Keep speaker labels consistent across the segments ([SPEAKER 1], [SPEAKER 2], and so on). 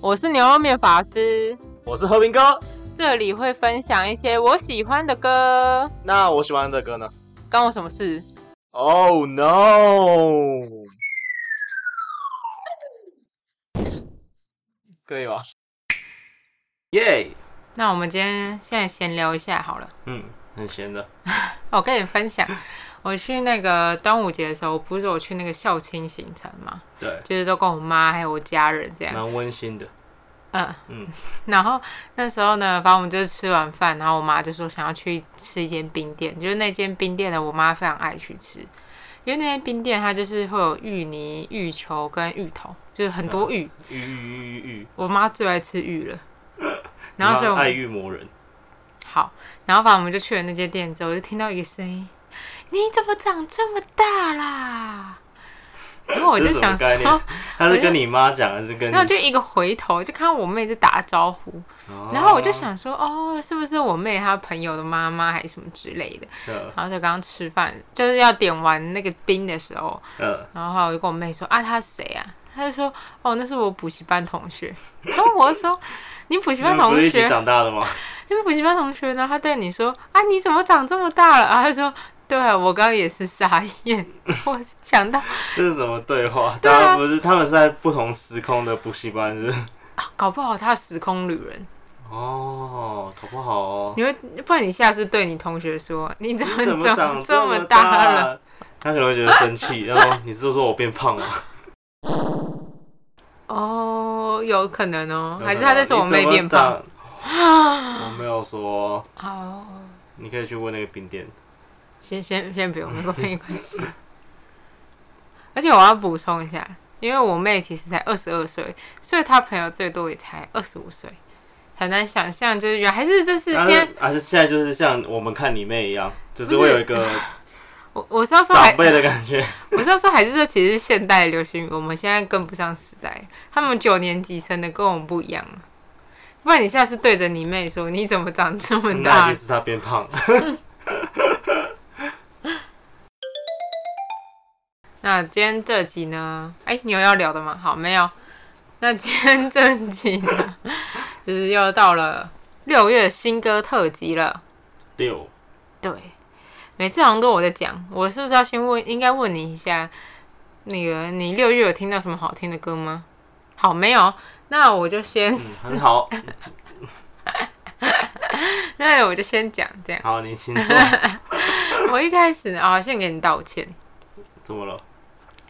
[SPEAKER 1] 我是牛肉面法师，
[SPEAKER 2] 我是和平哥。
[SPEAKER 1] 这里会分享一些我喜欢的歌，
[SPEAKER 2] 那我喜欢的歌呢
[SPEAKER 1] 关我什么事？
[SPEAKER 2] ？Oh no！可以吗？耶、
[SPEAKER 1] 那我们今天现在闲聊一下好了。
[SPEAKER 2] 嗯，很闲的。
[SPEAKER 1] 我跟你分享，我去那个端午节的时候，不是我去那个孝亲行程嘛，
[SPEAKER 2] 对，
[SPEAKER 1] 就是都跟我妈还有我家人这样。
[SPEAKER 2] 蛮温馨的。
[SPEAKER 1] 嗯
[SPEAKER 2] 嗯，
[SPEAKER 1] 然后那时候呢，反正我们就是吃完饭，然后我妈就说想要去吃一间冰店，就是那间冰店呢，我妈非常爱去吃，因为那间冰店它就是会有芋泥、芋球跟芋头，就是很多芋。
[SPEAKER 2] 玉玉玉玉玉，
[SPEAKER 1] 我妈最爱吃芋 了，然后所以我
[SPEAKER 2] 爱
[SPEAKER 1] 们
[SPEAKER 2] 玉魔人。
[SPEAKER 1] 好，然后反正我们就去了那间店之后，我就听到一个声音：“你怎么长这么大啦？”然后我就
[SPEAKER 2] 这是什
[SPEAKER 1] 想
[SPEAKER 2] 么概
[SPEAKER 1] 说
[SPEAKER 2] 念，？他是跟你妈讲还是跟你？
[SPEAKER 1] 然后就一个回头，就看到我妹在打招呼，
[SPEAKER 2] 哦
[SPEAKER 1] 然后我就，想说，哦，是不是我妹她朋友的妈妈还是什么之类的？
[SPEAKER 2] 嗯
[SPEAKER 1] 然后就刚刚吃饭，就是要点完那个冰的时候，
[SPEAKER 2] 嗯，
[SPEAKER 1] 然后后来我就跟我妹说，啊，她谁啊？她就说，哦，那是我补习班同学。然后我就说，你补习
[SPEAKER 2] 你
[SPEAKER 1] 班
[SPEAKER 2] 们不
[SPEAKER 1] 同
[SPEAKER 2] 是一
[SPEAKER 1] 学
[SPEAKER 2] 起，长大的吗？
[SPEAKER 1] 你补习班同学呢？她对你说，啊，你怎么长这么大了？啊，她说。对啊，我刚刚也是傻眼， 我想到、
[SPEAKER 2] 这是什么对话？
[SPEAKER 1] 对啊
[SPEAKER 2] 当然不是，他们是在不同时空的补习班，是不是？
[SPEAKER 1] 啊搞不好她时空旅人，
[SPEAKER 2] 哦，搞不好哦。
[SPEAKER 1] 你会不然你下次对你同学说你 怎么
[SPEAKER 2] 怎么长
[SPEAKER 1] 长这么
[SPEAKER 2] 么
[SPEAKER 1] 大了？？
[SPEAKER 2] 他可能会觉得生气，然后你是说我变胖了？
[SPEAKER 1] 哦，有可能哦，
[SPEAKER 2] 有
[SPEAKER 1] 还是
[SPEAKER 2] 可能
[SPEAKER 1] 他在说我妹变胖？？
[SPEAKER 2] 你怎么 长我没有说，
[SPEAKER 1] 哦，
[SPEAKER 2] 你可以去问那个冰店。
[SPEAKER 1] 先先先不用，没关系没关系。 而且我要补充一下，因为我妹其实才二十二岁，所以她朋友最多也才二十五岁，很难想象，就是原来还是这是
[SPEAKER 2] 但
[SPEAKER 1] 现在
[SPEAKER 2] 是还是现在就是像我们看你妹一样，就是
[SPEAKER 1] 不
[SPEAKER 2] 会
[SPEAKER 1] 是
[SPEAKER 2] 有 一个
[SPEAKER 1] 我我是要说还
[SPEAKER 2] 长辈的感 觉。
[SPEAKER 1] 我是要说还是这其实是现代流行语，我们现在跟不上时代，他们九年级生的跟我们不一样啊。不然你下次对着你妹说你怎么长这么
[SPEAKER 2] 那一
[SPEAKER 1] 大
[SPEAKER 2] 定？是他变胖。
[SPEAKER 1] 那今天这集呢？哎、你有要聊的吗？好，没有。那今天这集呢， 就是又到了六月新歌特辑了。
[SPEAKER 2] 六，
[SPEAKER 1] 对，每次好像都我在讲，我是不是要先问？应该问你一下，那个你六月有听到什么好听的歌吗？好，没有。那我就先
[SPEAKER 2] 嗯，，很好，
[SPEAKER 1] 那我就先讲这样。
[SPEAKER 2] 好，你请 说。
[SPEAKER 1] 我一开始呢，啊，先给你道歉，
[SPEAKER 2] 怎么了？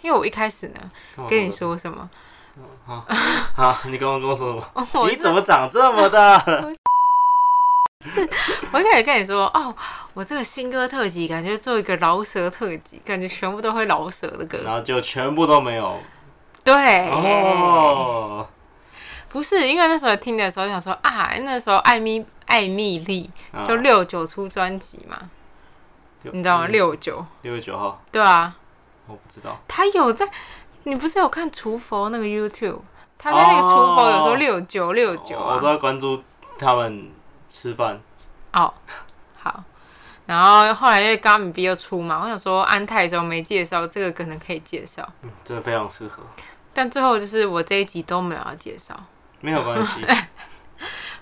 [SPEAKER 1] 因为我一开始呢
[SPEAKER 2] 干嘛
[SPEAKER 1] 跟你说什么，
[SPEAKER 2] 啊，你刚刚跟我说什么？
[SPEAKER 1] 哦我
[SPEAKER 2] 你
[SPEAKER 1] 是
[SPEAKER 2] 怎么长这么大？
[SPEAKER 1] 我一开始跟你说，哦，我这个新歌特辑感觉做一个饶舌特辑，感觉全部都会饶舌的歌
[SPEAKER 2] 然。后就全部都没有。
[SPEAKER 1] 对，哎
[SPEAKER 2] 哦，
[SPEAKER 1] 不是因为那时候听的时候想说啊，那时候艾米艾米丽
[SPEAKER 2] 啊
[SPEAKER 1] 哎就六九出专辑嘛，
[SPEAKER 2] 六
[SPEAKER 1] 你知道吗？
[SPEAKER 2] 嗯
[SPEAKER 1] 六九，
[SPEAKER 2] 六月九号，
[SPEAKER 1] 对啊，
[SPEAKER 2] 我不知道。
[SPEAKER 1] 他有在，你不是有看厨佛那个 YouTube？他在那个厨佛有说
[SPEAKER 2] 哦
[SPEAKER 1] 六九六九
[SPEAKER 2] 我我
[SPEAKER 1] 啊
[SPEAKER 2] 都，要关注他们吃饭。
[SPEAKER 1] 哦，好。然后后来因为 g a m b 又出嘛，我想说安泰的时候没介绍，这个可能可以介绍。
[SPEAKER 2] 嗯，真的非常适合，
[SPEAKER 1] 但最后就是我这一集都没有要介绍，
[SPEAKER 2] 没有 关系。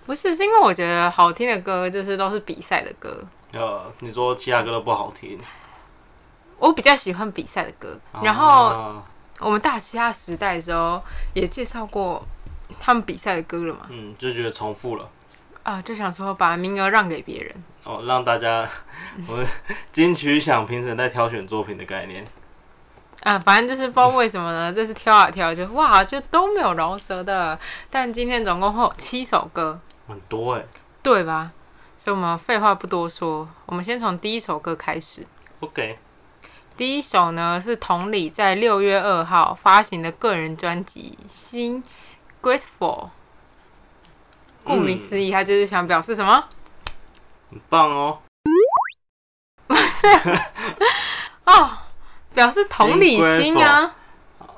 [SPEAKER 1] 不是是因为我觉得好听的歌就是都是比赛的歌，
[SPEAKER 2] 呃，你说其他歌都不好听，
[SPEAKER 1] 我比较喜欢比赛的歌。然后
[SPEAKER 2] 啊
[SPEAKER 1] 我们大嘻哈时代的时候也介绍过他们比赛的歌了嘛，
[SPEAKER 2] 嗯，就觉得重复了。
[SPEAKER 1] 啊，就想说把名额让给别人。
[SPEAKER 2] 哦，让大 家，我们金曲奖评审在挑选作品的概念，
[SPEAKER 1] 啊，反正就是不知道为什么呢，这次挑啊挑，就哇，就都没有饶舌的。但今天总共会有七首歌，
[SPEAKER 2] 很多哎。
[SPEAKER 1] 对吧？所以我们废话不多说，我们先从第一首歌开始。
[SPEAKER 2] OK，
[SPEAKER 1] 第一首呢是同理在六月二号发行的个人专辑《新 Grateful》，顾名思义，他就是想表示什么？
[SPEAKER 2] 很棒哦。
[SPEAKER 1] 哦，表示同理心啊。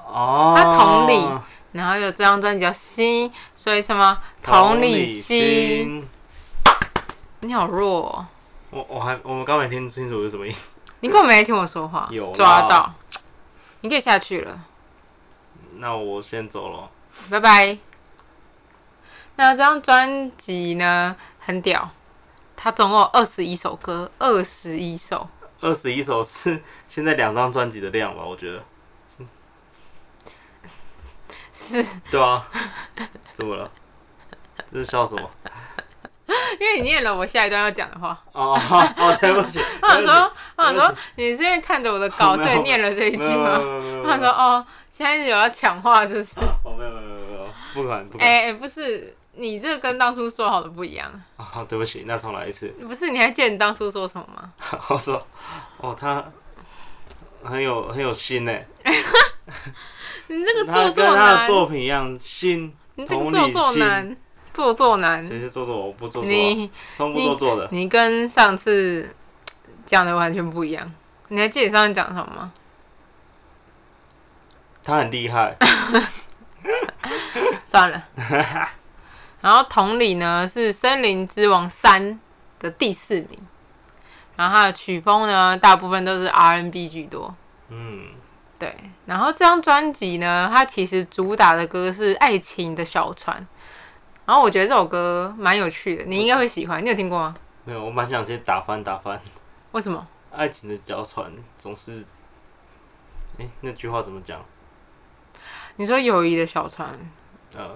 [SPEAKER 2] 哦，
[SPEAKER 1] 他同理然后有这张专辑叫《心》，所以什么同理心？。你好弱、哦，
[SPEAKER 2] 我我还我们刚没听清楚是什么意思。
[SPEAKER 1] 你根本没听我说话，
[SPEAKER 2] 有啦
[SPEAKER 1] 抓到，你可以下去了，
[SPEAKER 2] 那我先走了。
[SPEAKER 1] 拜拜。那这张专辑呢很屌，它总共有二十一首歌，二十一首。
[SPEAKER 2] 二十一首是现在两张专辑的量吧？我觉得
[SPEAKER 1] 是
[SPEAKER 2] 对啊，怎么了？这是笑什么？
[SPEAKER 1] 因为你念了我下一段要讲的话，
[SPEAKER 2] 哦哦，哦对不 起，
[SPEAKER 1] 我想
[SPEAKER 2] 对不起
[SPEAKER 1] 说，我想说你是因为看着我的稿所以念了这一句
[SPEAKER 2] 没有没有
[SPEAKER 1] 吗？
[SPEAKER 2] 没
[SPEAKER 1] 我
[SPEAKER 2] 有没有
[SPEAKER 1] 想
[SPEAKER 2] 没
[SPEAKER 1] 说
[SPEAKER 2] 有，
[SPEAKER 1] 哦，现在有要抢话是不是？
[SPEAKER 2] 哦没有没有没有没有，不管不管，
[SPEAKER 1] 哎、哎不是，你这跟当初说好的不一样。
[SPEAKER 2] 啊对不起，那重来一次。
[SPEAKER 1] 不是，你还记得你当初说什么吗？
[SPEAKER 2] 我说，哦他很有很有心呢，
[SPEAKER 1] 你这个
[SPEAKER 2] 他
[SPEAKER 1] 做
[SPEAKER 2] 跟
[SPEAKER 1] 作
[SPEAKER 2] 他的
[SPEAKER 1] 男，
[SPEAKER 2] 作品一样心，
[SPEAKER 1] 你这
[SPEAKER 2] 同
[SPEAKER 1] 个
[SPEAKER 2] 理
[SPEAKER 1] 做作
[SPEAKER 2] 心
[SPEAKER 1] 男，做作男，
[SPEAKER 2] 谁是做作？我不做作啊，
[SPEAKER 1] 嗯你
[SPEAKER 2] 从不做作的。
[SPEAKER 1] 你跟上次讲的完全不一样。你还记得你上次讲什么 吗？
[SPEAKER 2] 他很厉害，
[SPEAKER 1] 算了。然后同理呢是《森林之王三》的第四名，然后它的曲风呢大部分都是 R&B 居多。
[SPEAKER 2] 嗯，
[SPEAKER 1] 对，然后这张专辑呢，它其实主打的歌是《爱情的小船》，然后我觉得这首歌蛮有趣的，你应该会喜欢。你有听过吗？
[SPEAKER 2] 没有，我蛮想先打翻打翻。
[SPEAKER 1] 为什么？
[SPEAKER 2] 爱情的脚船总是，哎、那句话怎么讲？
[SPEAKER 1] 你说友谊的小船，
[SPEAKER 2] 呃，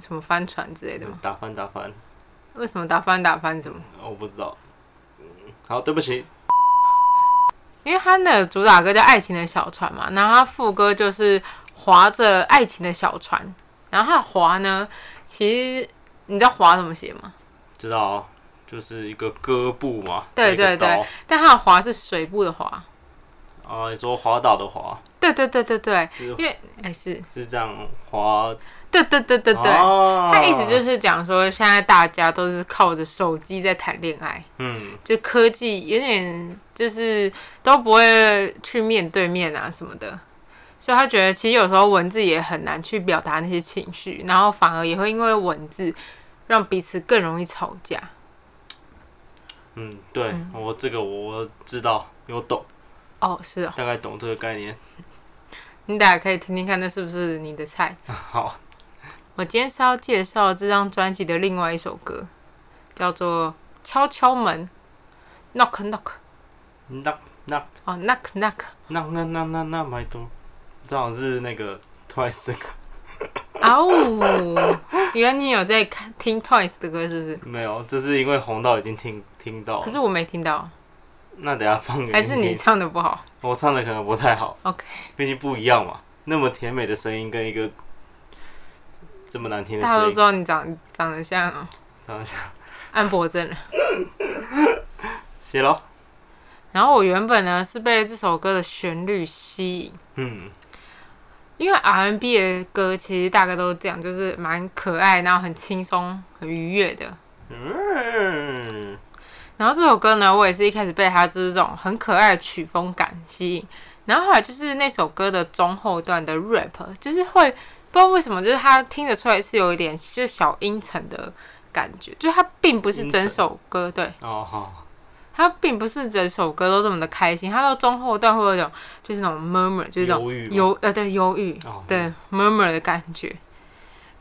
[SPEAKER 1] 什么帆船之类的吗？
[SPEAKER 2] 打翻打翻，
[SPEAKER 1] 为什么打翻打翻什么？
[SPEAKER 2] 呃我不知道。嗯，好，对不起，
[SPEAKER 1] 因为它的主打歌叫《爱情的小船》嘛，然后它副歌就是划着爱情的小船，然后它的划呢，其实你知道划怎么写吗？
[SPEAKER 2] 知道、哦，就是一个胳部嘛，
[SPEAKER 1] 对
[SPEAKER 2] 一个
[SPEAKER 1] 对对
[SPEAKER 2] 刀
[SPEAKER 1] 但它的划是水部的划，
[SPEAKER 2] 啊，你说滑倒的滑
[SPEAKER 1] 对对对对对，
[SPEAKER 2] 是
[SPEAKER 1] 因为哎是，
[SPEAKER 2] 是这样滑，
[SPEAKER 1] 对对对对对。
[SPEAKER 2] 哦
[SPEAKER 1] 他意思就是讲说，现在大家都是靠着手机在谈恋爱，
[SPEAKER 2] 嗯，
[SPEAKER 1] 就科技有点就是都不会去面对面啊什么的，所以他觉得其实有时候文字也很难去表达那些情绪，然后反而也会因为文字让彼此更容易吵架。
[SPEAKER 2] 嗯，对我这个我知道，有懂，
[SPEAKER 1] 哦，是哦，
[SPEAKER 2] 大概懂这个概念。
[SPEAKER 1] 你大家可以听听看，那是不是你的菜？
[SPEAKER 2] 好，
[SPEAKER 1] 我今天是要介绍这张专辑的另外一首歌，叫做《敲敲门》，knock knock，
[SPEAKER 2] 那
[SPEAKER 1] 哦，knock knock。
[SPEAKER 2] 那那那那那买多，这好像是那个 Twice 的歌，
[SPEAKER 1] 啊呜！原来你有在看听 Twice 的歌是不是？
[SPEAKER 2] 没有，就是因为红到已经听听到了
[SPEAKER 1] 可是我没听到，
[SPEAKER 2] 那等下放给
[SPEAKER 1] 还是你
[SPEAKER 2] 听
[SPEAKER 1] 唱的不好
[SPEAKER 2] 我唱的可能不太好，
[SPEAKER 1] ？OK，
[SPEAKER 2] 毕竟不一样嘛。那么甜美的声音跟一个这么难听的
[SPEAKER 1] 大家都
[SPEAKER 2] 声
[SPEAKER 1] 知
[SPEAKER 2] 音，
[SPEAKER 1] 道你长长得像哦
[SPEAKER 2] 长得像
[SPEAKER 1] 安博正了。
[SPEAKER 2] 谢喽。
[SPEAKER 1] 然后我原本呢是被这首歌的旋律吸引，
[SPEAKER 2] 嗯，
[SPEAKER 1] 因为 R&B 的歌其实大概都是这样，就是蛮可爱，然后很轻松、很愉悦的。
[SPEAKER 2] 嗯，
[SPEAKER 1] 然后这首歌呢，我也是一开始被它这种很可爱的曲风感吸引，然后后来就是那首歌的中后段的 rap，就是会不知道为什么，就是它听得出来是有一点就是小阴沉的感觉，就是它并不是整首歌，对，
[SPEAKER 2] 哦好，
[SPEAKER 1] 它并不是整首歌都这么的开心，它到中后段会有一种就是那种 murmur，就是那种
[SPEAKER 2] 忧郁吗
[SPEAKER 1] 忧呃对忧郁，
[SPEAKER 2] 哦，
[SPEAKER 1] 对 murmur 的感觉。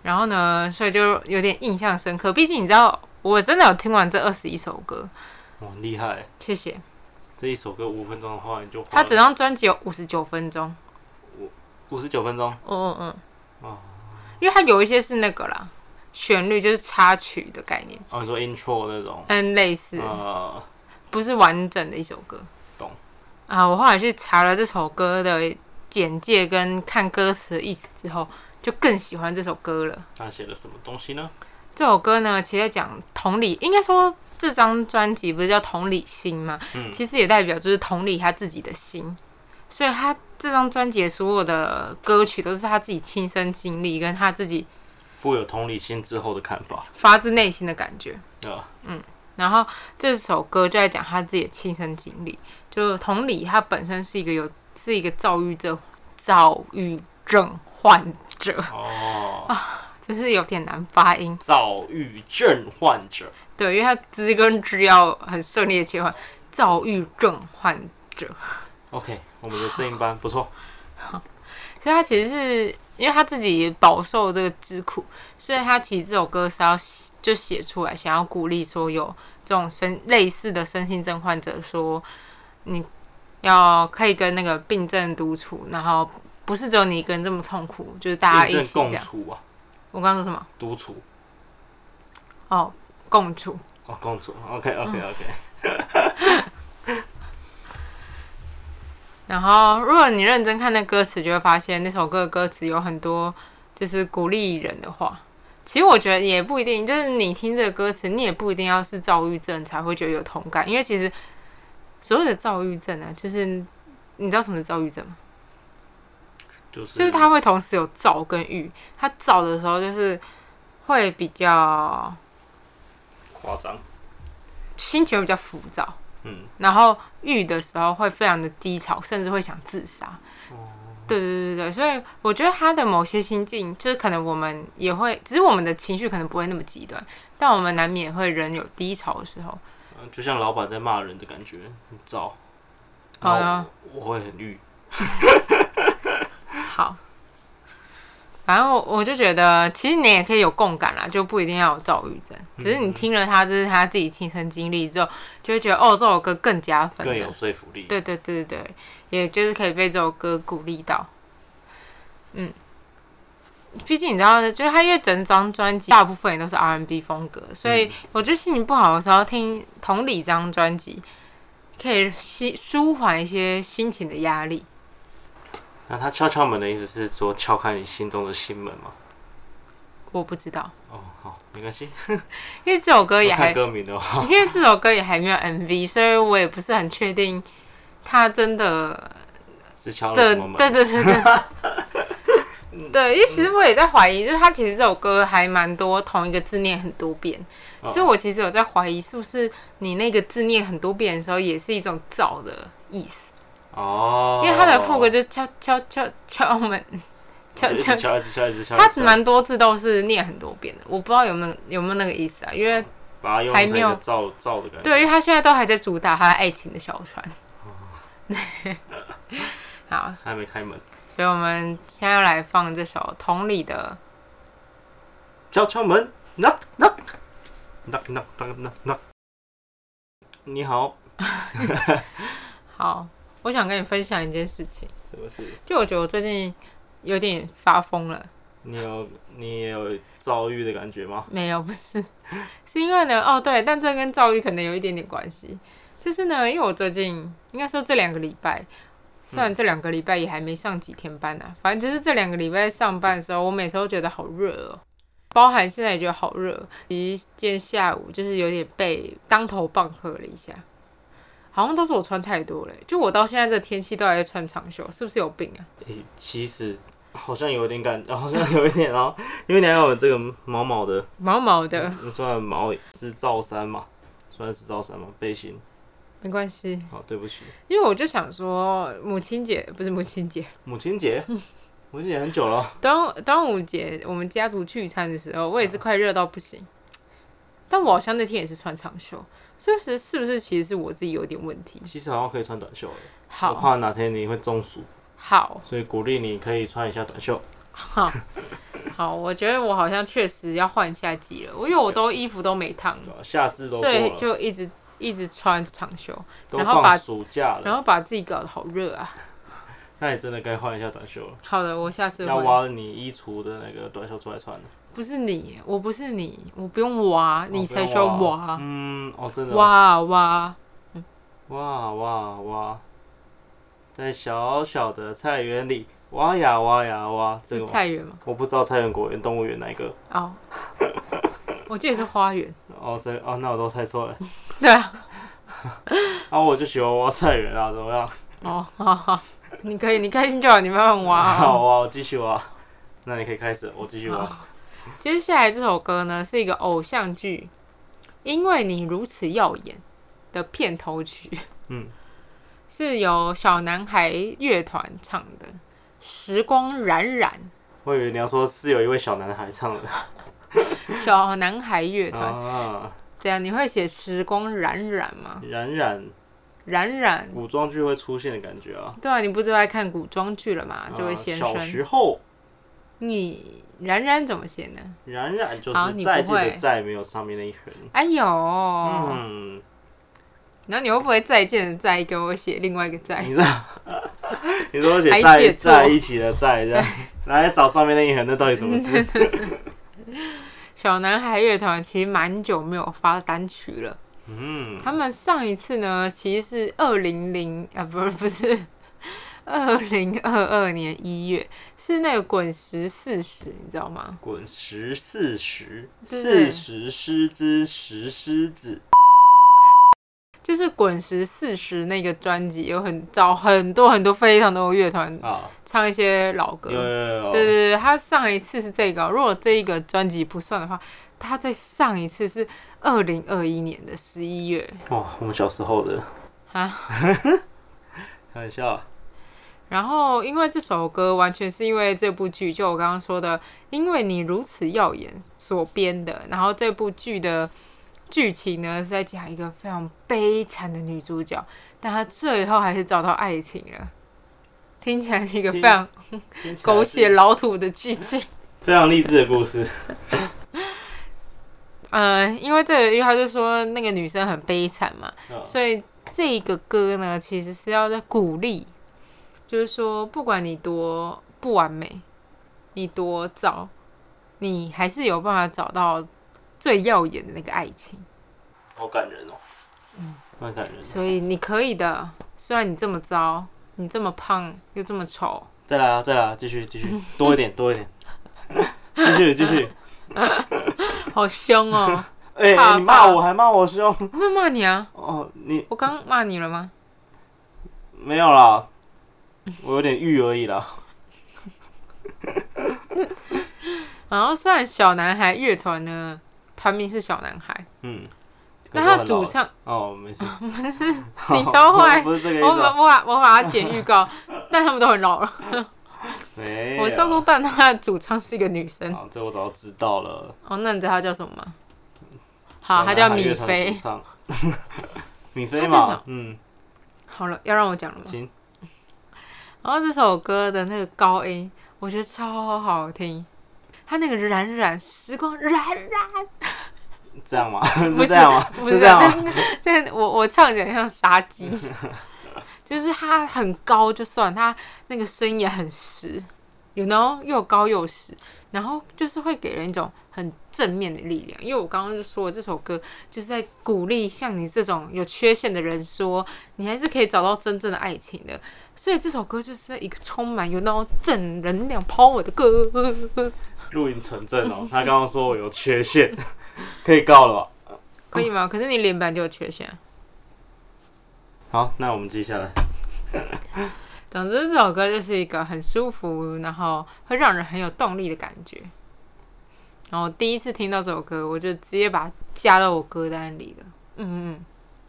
[SPEAKER 1] 然后呢，所以就有点印象深刻，毕竟你知道，我真的有听完这二十一首歌，
[SPEAKER 2] 哇，很厉害。
[SPEAKER 1] 谢谢。
[SPEAKER 2] 这一首歌五分钟的话，你就花
[SPEAKER 1] 他整张专辑有五十九分钟。
[SPEAKER 2] 五十九分钟。
[SPEAKER 1] 嗯嗯嗯
[SPEAKER 2] 哦。
[SPEAKER 1] 因为它有一些是那个啦，旋律就是插曲的概念，
[SPEAKER 2] 哦，你说 intro 那种，
[SPEAKER 1] 嗯，类似，
[SPEAKER 2] 呃，
[SPEAKER 1] 不是完整的一首歌。
[SPEAKER 2] 懂。
[SPEAKER 1] 啊，我后来去查了这首歌的简介跟看歌词的意思之后，就更喜欢这首歌了。
[SPEAKER 2] 他写了什么东西呢？
[SPEAKER 1] 这首歌呢，其实在讲同理，应该说这张专辑不是叫同理心吗？
[SPEAKER 2] 嗯
[SPEAKER 1] 其实也代表就是同理他自己的心，所以他这张专辑所有的歌曲都是他自己亲身经历，跟他自己
[SPEAKER 2] 富有同理心之后的看法，
[SPEAKER 1] 发自内心的感觉。
[SPEAKER 2] 呃，
[SPEAKER 1] 然后这首歌就在讲他自己的亲身经历，就同理他本身是一个有是一个躁郁症躁郁症患者， 啊
[SPEAKER 2] 哦，
[SPEAKER 1] 真是有点难发音。
[SPEAKER 2] 躁郁症患者，
[SPEAKER 1] 对，因为他知跟知要很顺利的切换，躁郁症患者，
[SPEAKER 2] OK，我们的正音班不错，
[SPEAKER 1] 所以他其实是因为他自己也饱受这个之苦，所以他其实这首歌是要写就写出来，想要鼓励说有这种身类似的身心症患者说，你要可以跟那个病症独处，然后不是只有你一个人这么痛苦，就是大家
[SPEAKER 2] 病
[SPEAKER 1] 一
[SPEAKER 2] 症
[SPEAKER 1] 起这
[SPEAKER 2] 共
[SPEAKER 1] 样。
[SPEAKER 2] 处啊，
[SPEAKER 1] 我刚刚说什么？
[SPEAKER 2] 独处
[SPEAKER 1] 哦，共处。
[SPEAKER 2] 哦，共处。OK OK OK，、
[SPEAKER 1] 然后，如果你认真看那歌词，就会发现那首歌的歌词有很多就是鼓励人的话。其实我觉得也不一定，就是你听这个歌词，你也不一定要是躁郁症才会觉得有同感，因为其实所有的躁郁症啊，就是你知道什么是躁郁症吗？
[SPEAKER 2] 就是
[SPEAKER 1] 就是它会同时有躁跟郁，它躁的时候就是会比较
[SPEAKER 2] 夸张，
[SPEAKER 1] 心情会比较浮躁，
[SPEAKER 2] 嗯，
[SPEAKER 1] 然后郁的时候会非常的低潮，甚至会想自杀。对对对对，所以我觉得他的某些心境，就是可能我们也会，只是我们的情绪可能不会那么极端，但我们难免会人有低潮的时候。
[SPEAKER 2] 呃就像老板在骂人的感觉，
[SPEAKER 1] 哦
[SPEAKER 2] 很燥。
[SPEAKER 1] 好
[SPEAKER 2] 然
[SPEAKER 1] 呀
[SPEAKER 2] 后我我会很绿，
[SPEAKER 1] 好，反正我我就觉得，其实你也可以有共感啦，就不一定要有躁郁症，只是你听了他，这是他自己亲身经历之后，就会觉得哦，这首歌更加分啊
[SPEAKER 2] 更
[SPEAKER 1] 了
[SPEAKER 2] 有。说服力。
[SPEAKER 1] 对对对对对，也就是可以被这首歌鼓励到。嗯，毕竟你知道，就是他因为整张专辑大部分也都是 R&B 风格，所
[SPEAKER 2] 嗯
[SPEAKER 1] 以我觉得心情不好的时候听同理这张专辑，可以吸舒缓一些心情的压力。
[SPEAKER 2] 那他敲敲门的意思是说敲开你心中的心门吗？
[SPEAKER 1] 我不知道，
[SPEAKER 2] 哦，好，没关系。
[SPEAKER 1] 因为这首歌也
[SPEAKER 2] 我
[SPEAKER 1] 还
[SPEAKER 2] 看歌名的哦话，
[SPEAKER 1] 因为这首歌也还没有 MV，所以我也不是很确定他真的
[SPEAKER 2] 是敲了
[SPEAKER 1] 对
[SPEAKER 2] 什么门？嗯
[SPEAKER 1] 对对对 对。对，因为其实我也在怀疑，就是他其实这首歌还蛮多同一个字念很多遍，
[SPEAKER 2] 哦
[SPEAKER 1] 所以我其实有在怀疑，是不是你那个字念很多遍的时候，也是一种造的意思？
[SPEAKER 2] 哦，
[SPEAKER 1] 因为他的副歌就是敲敲敲敲门，敲
[SPEAKER 2] 就一
[SPEAKER 1] 敲
[SPEAKER 2] 直，敲，一直敲，一直敲，
[SPEAKER 1] 他
[SPEAKER 2] 一直敲
[SPEAKER 1] 蛮多字都是念很多遍的，我不知道有没有有没有那个意思啊？因
[SPEAKER 2] 哦
[SPEAKER 1] 为
[SPEAKER 2] 把它用
[SPEAKER 1] 还
[SPEAKER 2] 成
[SPEAKER 1] 没
[SPEAKER 2] 一
[SPEAKER 1] 有
[SPEAKER 2] 个照照的感觉。
[SPEAKER 1] 对，因为他现在都还在主打他的爱情的小船。
[SPEAKER 2] 哦
[SPEAKER 1] 对， 好，
[SPEAKER 2] 还没开门，
[SPEAKER 1] 所以我们现在要来放这首《同理》的。
[SPEAKER 2] 敲敲门，knock knock knock knock knock knock knock。你好，
[SPEAKER 1] 好，我想跟你分享一件事情，
[SPEAKER 2] 是不是？
[SPEAKER 1] 就我觉得我最近有点发疯了。
[SPEAKER 2] 你有你也有遭遇的感觉吗？
[SPEAKER 1] 没有，不是，是因为呢，哦对，但这跟躁郁可能有一点点关系。就是呢，因为我最近应该说这两个礼拜，虽然这两个礼拜也还没上几天班啊，反正就是这两个礼拜上班的时候，我每次都觉得好热哦，包含现在也觉得好热。哦一见下午就是有点被当头棒喝了一下，好像都是我穿太多了欸、就我到现在这天气都还在穿长袖，是不是有病啊？
[SPEAKER 2] 诶、其实好像有点感， 好像有一点哦，因为你还有这个毛毛的，
[SPEAKER 1] 毛毛的，
[SPEAKER 2] 你算毛是罩衫嘛？算是罩衫嘛？背心。
[SPEAKER 1] 没关系，
[SPEAKER 2] 好，对不起，
[SPEAKER 1] 因为我就想说母亲节不是母亲节。
[SPEAKER 2] 母亲节，母亲节很久了，
[SPEAKER 1] 端端午节我们家族聚餐的时候，我也是快热到不行，但我好像那天也是穿长袖，所以是是不是其实是我自己有点问题？
[SPEAKER 2] 其实好像可以穿短袖了。我
[SPEAKER 1] 好
[SPEAKER 2] 怕哪天你会中暑，
[SPEAKER 1] 好
[SPEAKER 2] 所以鼓励你可以穿一下短袖。
[SPEAKER 1] 好，我觉得我好像确实要换一下季了，因为我都衣服都没烫，
[SPEAKER 2] 对吧夏至都过
[SPEAKER 1] 所以
[SPEAKER 2] 了，
[SPEAKER 1] 就一直一直穿长袖，
[SPEAKER 2] 都
[SPEAKER 1] 然后把
[SPEAKER 2] 放暑假
[SPEAKER 1] 然
[SPEAKER 2] 了，
[SPEAKER 1] 后把自己搞得好热啊。
[SPEAKER 2] 那你真的该换一下短袖了，
[SPEAKER 1] 好的，我下次
[SPEAKER 2] 要
[SPEAKER 1] 会。
[SPEAKER 2] 挖你衣橱的那个短袖出来穿了。
[SPEAKER 1] 不是你，我不是你，我不用挖，你才说
[SPEAKER 2] 哦不要
[SPEAKER 1] 挖
[SPEAKER 2] 嗯，哦，真的哦，
[SPEAKER 1] 挖啊挖。
[SPEAKER 2] 哇哇哇，在小小的菜园里挖呀挖呀挖，这
[SPEAKER 1] 是
[SPEAKER 2] 个吗
[SPEAKER 1] 菜园吗？
[SPEAKER 2] 我不知道菜园、果园、动物园哪一个。
[SPEAKER 1] 哦，我记得是花园。
[SPEAKER 2] 哦，所以哦，那我都猜错了。
[SPEAKER 1] 对啊。
[SPEAKER 2] 啊，我就喜欢挖菜园啊，怎 么样？
[SPEAKER 1] 哦，好好，你可以，你开心就好，你慢慢挖哦。
[SPEAKER 2] 好挖，我继续挖。那你可以开始，我继续挖。
[SPEAKER 1] 接下来这首歌呢，是一个偶像剧《因为你如此耀眼》的片头曲，
[SPEAKER 2] 嗯，
[SPEAKER 1] 是由小男孩乐团唱的，《时光荏苒
[SPEAKER 2] 我以为你要说是有一位小男孩唱的》。
[SPEAKER 1] 小男孩乐团、
[SPEAKER 2] 啊，
[SPEAKER 1] 怎样？你会写“时光荏苒”吗？
[SPEAKER 2] 冉冉
[SPEAKER 1] 冉冉，
[SPEAKER 2] 古装剧会出现的感觉啊。
[SPEAKER 1] 对啊，你不是爱看古装剧了吗？这位
[SPEAKER 2] 啊
[SPEAKER 1] 先
[SPEAKER 2] 小
[SPEAKER 1] 生，
[SPEAKER 2] 时候
[SPEAKER 1] 你冉冉怎么写呢？
[SPEAKER 2] 冉冉就
[SPEAKER 1] 好
[SPEAKER 2] 是
[SPEAKER 1] 你
[SPEAKER 2] 再
[SPEAKER 1] 不
[SPEAKER 2] 见的
[SPEAKER 1] 会
[SPEAKER 2] 再没有上面那一横。
[SPEAKER 1] 哎呦，
[SPEAKER 2] 嗯，
[SPEAKER 1] 然后你会不会再见的再给我写另外一个再？
[SPEAKER 2] 你知道， 你说我写
[SPEAKER 1] 还
[SPEAKER 2] 在
[SPEAKER 1] 写哎错
[SPEAKER 2] 在一起的在这样，来扫上面那一横，那到底什么字？
[SPEAKER 1] 小男孩乐团其实蛮久没有发单曲了。
[SPEAKER 2] 嗯，
[SPEAKER 1] 他们上一次呢，其实是二零零啊，不是不是，二零二二年一月，是那个滚石四十，你知道吗？
[SPEAKER 2] 滚石四十，
[SPEAKER 1] 对
[SPEAKER 2] 四十狮之石狮子。
[SPEAKER 1] 就是滚石四十那个专辑，有很找很多很多非常多乐团
[SPEAKER 2] 啊，
[SPEAKER 1] 唱一些老歌。
[SPEAKER 2] 有有
[SPEAKER 1] 对
[SPEAKER 2] 有有，
[SPEAKER 1] 对对，他上一次是这个，如果这一个专辑不算的话，他在上一次是二零二一年的十一月
[SPEAKER 2] 哇，我们小时候的，
[SPEAKER 1] 啊。
[SPEAKER 2] 开玩笑，
[SPEAKER 1] 然后，因为这首歌完全是因为这部剧，就我刚刚说的，因为你如此耀眼所编的。然后这部剧的剧情呢，是在讲一个非常悲惨的女主角，但她最后还是找到爱情了。听起来是一个非常
[SPEAKER 2] 听起来
[SPEAKER 1] 狗
[SPEAKER 2] 是
[SPEAKER 1] 血老土的剧 情。
[SPEAKER 2] 非常励志的 故事。
[SPEAKER 1] 嗯，因为这个，因为他就说那个女生很悲惨嘛，
[SPEAKER 2] 嗯
[SPEAKER 1] 所以这个歌呢，其实是要在鼓励，就是说，不管你多不完美，你多糟，你还是有办法找到最耀眼的那个爱情。
[SPEAKER 2] 好感人哦，嗯，蛮感人的。
[SPEAKER 1] 所以你可以的，虽然你这么糟，你这么胖又这么丑，
[SPEAKER 2] 再来啊，再来啊，继续 继续，多一点多一点， 继续继续。
[SPEAKER 1] 好凶哦！
[SPEAKER 2] 哎、
[SPEAKER 1] 怕
[SPEAKER 2] 你骂
[SPEAKER 1] 怕
[SPEAKER 2] 我还骂我凶
[SPEAKER 1] 我没有骂你啊，
[SPEAKER 2] 哦，你
[SPEAKER 1] 我刚骂你了吗？
[SPEAKER 2] 没有啦，我有点郁而已啦。
[SPEAKER 1] 然后虽然小男孩乐团呢，团名是小男孩，
[SPEAKER 2] 嗯，
[SPEAKER 1] 但
[SPEAKER 2] 可
[SPEAKER 1] 他
[SPEAKER 2] 是我很老
[SPEAKER 1] 主
[SPEAKER 2] 了
[SPEAKER 1] 唱
[SPEAKER 2] 哦，没事，
[SPEAKER 1] 不 是 你超坏，
[SPEAKER 2] 不是这个意
[SPEAKER 1] 我
[SPEAKER 2] 思
[SPEAKER 1] 把
[SPEAKER 2] 啊，
[SPEAKER 1] 我把我把它剪预 告，但他们都很老了。
[SPEAKER 2] 没有
[SPEAKER 1] 我上周但他的主唱是一个女生。
[SPEAKER 2] 好，这我早就知道了。
[SPEAKER 1] 哦，那你知道她叫什么吗？好，她
[SPEAKER 2] 他
[SPEAKER 1] 叫米菲。。
[SPEAKER 2] 米菲
[SPEAKER 1] 她叫什
[SPEAKER 2] 嘛
[SPEAKER 1] 么，
[SPEAKER 2] 嗯，
[SPEAKER 1] 好了，要让我讲了吗？
[SPEAKER 2] 行，
[SPEAKER 1] 然后这首歌的那个高音，我觉得超好听。他那个冉冉时光冉冉，
[SPEAKER 2] 这 样吗？是
[SPEAKER 1] 不
[SPEAKER 2] 这样吗？
[SPEAKER 1] 不
[SPEAKER 2] 是
[SPEAKER 1] 是
[SPEAKER 2] 这样吗？
[SPEAKER 1] 但我我唱起来像杀鸡， 就是他很高就算，他那个声音也很实，you know，又高又实，然后就是会给人一种很正面的力量。因为我刚刚就说了，这首歌就是在鼓励像你这种有缺陷的人说，你还是可以找到真正的爱情的。所以这首歌就是一个充满 you know 正能量 power 的歌。
[SPEAKER 2] 录影存证 哦，他刚刚说我有缺陷，可以告了吧？
[SPEAKER 1] 可以吗？可是你脸板就有缺陷啊。
[SPEAKER 2] 好，那我们接下来，
[SPEAKER 1] 总之，这首歌就是一个很舒服，然后会让人很有动力的感觉。然后第一次听到这首歌，我就直接把它加到我歌单里了。嗯嗯，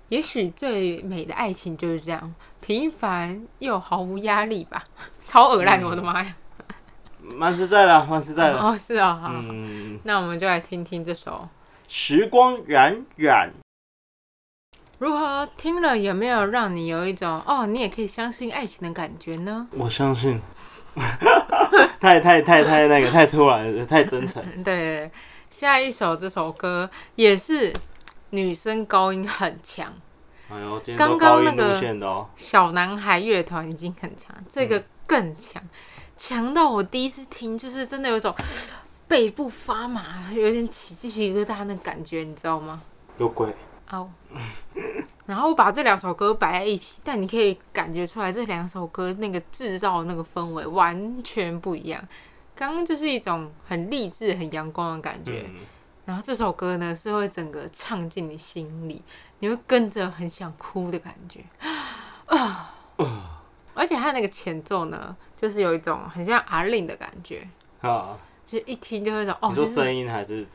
[SPEAKER 1] 也许最美的爱情就是这样，平凡又毫无压力吧。 超恶烂的，
[SPEAKER 2] 嗯
[SPEAKER 1] 我的妈呀！
[SPEAKER 2] 慢是在了，慢是在了。
[SPEAKER 1] 哦，是啊、好、
[SPEAKER 2] 嗯，
[SPEAKER 1] 那我们就来听听这首
[SPEAKER 2] 时光荏苒，
[SPEAKER 1] 如何听了有没有让你有一种哦，你也可以相信爱情的感觉呢？
[SPEAKER 2] 我相信。 太太太太那个太突然了，太真诚。
[SPEAKER 1] 对，下一首这首歌也是女生高音很强，
[SPEAKER 2] 哎呦，今天
[SPEAKER 1] 刚
[SPEAKER 2] 都
[SPEAKER 1] 刚
[SPEAKER 2] 高音
[SPEAKER 1] 那个
[SPEAKER 2] 路线的哦。
[SPEAKER 1] 小男孩乐团已经很强，这个更强，强到我第一次听就是真的有一种背部发麻，有点起鸡皮疙瘩的感觉，你知道吗？
[SPEAKER 2] 有鬼！
[SPEAKER 1] 哦。然后我把这两首歌摆在一起，但你可以感觉出来这两首歌那个制造的那个氛围完全不一样。刚刚就是一种很励志、很阳光的感觉，
[SPEAKER 2] 嗯，
[SPEAKER 1] 然后这首歌呢是会整个唱进你心里，你会跟着很想哭的感觉啊！而且它那个前奏呢，就是有一种很像阿令的感觉，
[SPEAKER 2] 啊，
[SPEAKER 1] 就一听就会说哦，
[SPEAKER 2] 你
[SPEAKER 1] 就
[SPEAKER 2] 说
[SPEAKER 1] 是
[SPEAKER 2] 声音还是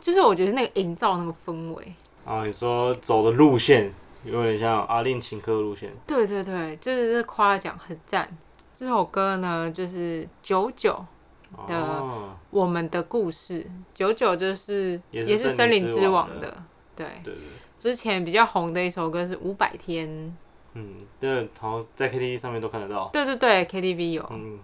[SPEAKER 1] 就是我觉得那个营造那个氛围，
[SPEAKER 2] 啊？你说走的路线有点像阿令情歌路线。
[SPEAKER 1] 对对对，就是这夸奖很赞。这首歌呢就是九九的
[SPEAKER 2] 哦，
[SPEAKER 1] 我们的故事，九九就是
[SPEAKER 2] 也是
[SPEAKER 1] 是
[SPEAKER 2] 森
[SPEAKER 1] 森
[SPEAKER 2] 林
[SPEAKER 1] 林
[SPEAKER 2] 之
[SPEAKER 1] 之
[SPEAKER 2] 王
[SPEAKER 1] 王
[SPEAKER 2] 的
[SPEAKER 1] 的，对，
[SPEAKER 2] 对对，对
[SPEAKER 1] 之前比较红的一首歌是五百天，
[SPEAKER 2] 嗯，这好像在 KTV 上面都看得到。
[SPEAKER 1] 对对对，KTV 有。
[SPEAKER 2] 嗯，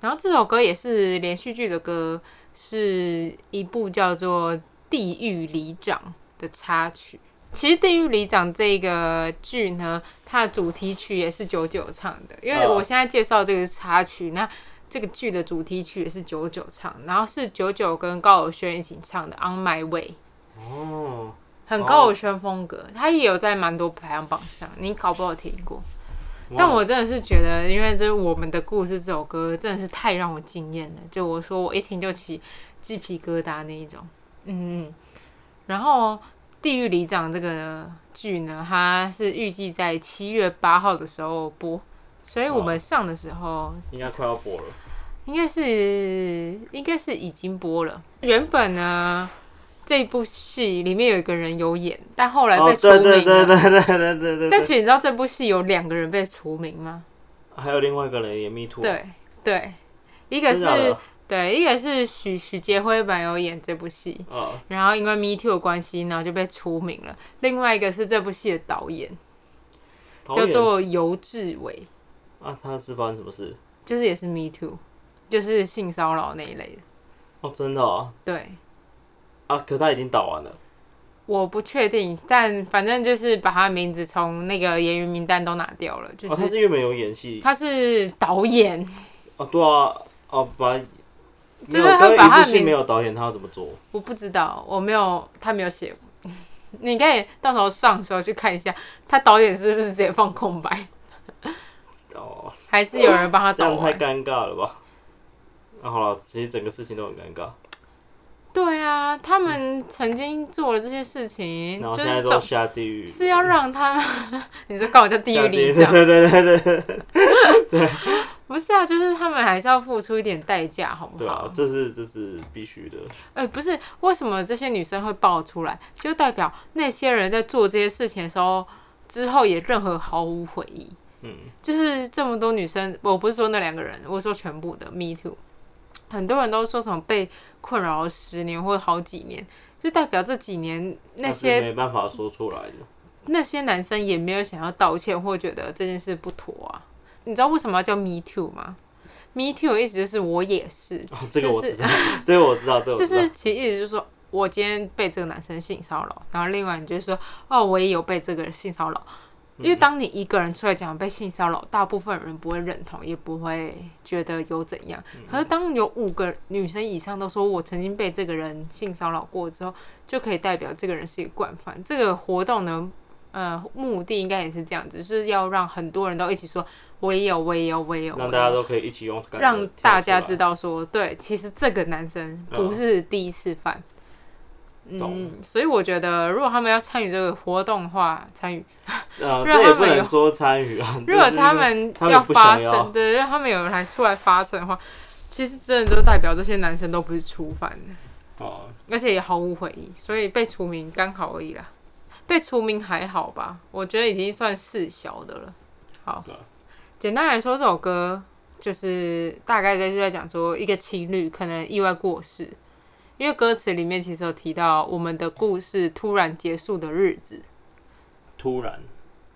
[SPEAKER 1] 然后这首歌也是连续剧的歌，是一部叫做《地狱里长》的插曲。其实《地狱里长》这个剧呢，它的主题曲也是九九唱的，因为
[SPEAKER 2] 哦
[SPEAKER 1] 我现在介绍这个插曲，那这个剧的主题曲也是九九唱，然后是九九跟高尔宣一起唱的《On My Way》。
[SPEAKER 2] 哦，
[SPEAKER 1] 很高有轩风格，他也有在蛮多排行榜上，你搞不好听过。
[SPEAKER 2] 哇
[SPEAKER 1] 但我真的是觉得，因为这是我们的故事，这首歌真的是太让我惊艳了。就我说，我一听就起鸡皮疙瘩那一种。嗯，嗯。然后《地狱里长》这个剧呢，它是预计在七月八号的时候播，所以我们上的时候
[SPEAKER 2] 应该快要播了。
[SPEAKER 1] 应该是应该是已经播了。原本呢，这部戏里面有一个人有演，但后来被除名
[SPEAKER 2] 哦对
[SPEAKER 1] 了。
[SPEAKER 2] 对对对对对对对
[SPEAKER 1] 但
[SPEAKER 2] 对，
[SPEAKER 1] 其实你知道这部戏有两个人被除名吗？
[SPEAKER 2] 还有另外一个人也 me too，，
[SPEAKER 1] 对对，一个
[SPEAKER 2] 真的假
[SPEAKER 1] 是
[SPEAKER 2] 的？
[SPEAKER 1] 对，一个是许许杰辉本来有演这部戏，
[SPEAKER 2] 哦，
[SPEAKER 1] 然后因为 Me Too 的关系，然后就被除名了。另外一个是这部戏的导演，
[SPEAKER 2] 导
[SPEAKER 1] 叫
[SPEAKER 2] 演
[SPEAKER 1] 做尤志伟，
[SPEAKER 2] 啊，他是发生什么事？
[SPEAKER 1] 就是也是 Me Too，就是性骚扰那一类的。
[SPEAKER 2] 哦，真的哦，
[SPEAKER 1] 对，
[SPEAKER 2] 啊，可他已经导完了。
[SPEAKER 1] 我不确定，但反正就是把他的名字从那个演员名单都拿掉了，就
[SPEAKER 2] 哦，他
[SPEAKER 1] 是
[SPEAKER 2] 是原本有演戏。
[SPEAKER 1] 他是导演，
[SPEAKER 2] 哦，对啊，哦，把没
[SPEAKER 1] 就
[SPEAKER 2] 有，
[SPEAKER 1] 是他
[SPEAKER 2] 但
[SPEAKER 1] 把他
[SPEAKER 2] 一部
[SPEAKER 1] 的
[SPEAKER 2] 戏
[SPEAKER 1] 名
[SPEAKER 2] 没有导演，他要怎么做？
[SPEAKER 1] 我不知道，我没有，他没有写。 你可以到时候上的时候去看一下，他导演是不是直接放空白，
[SPEAKER 2] 哦，
[SPEAKER 1] 还是有人帮他
[SPEAKER 2] 这
[SPEAKER 1] 导
[SPEAKER 2] 样太
[SPEAKER 1] 完？
[SPEAKER 2] 尴尬了吧？啊，好了，其实整个事情都很尴尬，
[SPEAKER 1] 对啊，他们曾经做了这些事情，
[SPEAKER 2] 嗯然后
[SPEAKER 1] 嗯就
[SPEAKER 2] 现在
[SPEAKER 1] 是
[SPEAKER 2] 都
[SPEAKER 1] 总
[SPEAKER 2] 下地狱，
[SPEAKER 1] 是要让他们， 你说告我叫地狱
[SPEAKER 2] 下
[SPEAKER 1] 里
[SPEAKER 2] 对
[SPEAKER 1] 长，
[SPEAKER 2] 对对对对对
[SPEAKER 1] 不是啊，就是他们还是要付出一点代价，好不
[SPEAKER 2] 对
[SPEAKER 1] 好
[SPEAKER 2] 啊？，这是这是必须的。
[SPEAKER 1] 哎、不是，为什么这些女生会爆出来？就代表那些人在做这些事情的时候，之后也任何毫无悔意。
[SPEAKER 2] 嗯，
[SPEAKER 1] 就是这么多女生，我不是说那两个人，我说全部的 Me Too，很多人都说什么被困扰了十年或好几年，就代表这几年那
[SPEAKER 2] 但是
[SPEAKER 1] 些
[SPEAKER 2] 没办法说出来的，
[SPEAKER 1] 那些男生也没有想要道歉或觉得这件事不妥啊。你知道为什么要叫 Me Too 吗？Me Too 的意思就是我也是，
[SPEAKER 2] 哦，这个
[SPEAKER 1] 就
[SPEAKER 2] 我
[SPEAKER 1] 是
[SPEAKER 2] 知道，这个我知道，这个我
[SPEAKER 1] 就
[SPEAKER 2] 知道
[SPEAKER 1] 是。其实意思就是说我今天被这个男生性骚扰，然后另外你就说哦，我也有被这个人性骚扰。因
[SPEAKER 2] 嗯
[SPEAKER 1] 为当你一个人出来讲被性骚扰，大部分人不会认同，也不会觉得有怎样。
[SPEAKER 2] 嗯
[SPEAKER 1] 可是当有五个女生以上都说我曾经被这个人性骚扰过之后，就可以代表这个人是一个惯犯。这个活动呢，呃，目的应该也是这样子，就是要让很多人都一起说我也有，我也有，我也有，
[SPEAKER 2] 让
[SPEAKER 1] 我
[SPEAKER 2] 大
[SPEAKER 1] 也有
[SPEAKER 2] 家都可以一起用这个来
[SPEAKER 1] 让大家知
[SPEAKER 2] 跳出
[SPEAKER 1] 道说，对，其实这个男生不是第一次犯。
[SPEAKER 2] 懂
[SPEAKER 1] 嗯，所以我觉得，如果他们要参与这个活动的话，参与，
[SPEAKER 2] 来，呃，
[SPEAKER 1] 让
[SPEAKER 2] 这也
[SPEAKER 1] 他
[SPEAKER 2] 不
[SPEAKER 1] 们有
[SPEAKER 2] 能说参与啊。
[SPEAKER 1] 如果
[SPEAKER 2] 就是
[SPEAKER 1] 他们
[SPEAKER 2] 他们不
[SPEAKER 1] 发
[SPEAKER 2] 想要
[SPEAKER 1] 声，对，让他们有来出来发声的话，其实真的就代表这些男生都不是初犯的，
[SPEAKER 2] 哦，
[SPEAKER 1] 而且也毫无悔意，所以被除名刚好而已啦。被除名还好吧，我觉得已经算事小的了。好
[SPEAKER 2] 对啊，
[SPEAKER 1] 简单来说，这首歌就是大概就是在讲说一个情侣可能意外过世，因为歌词里面其实有提到我们的故事突然结束的日子。
[SPEAKER 2] 突然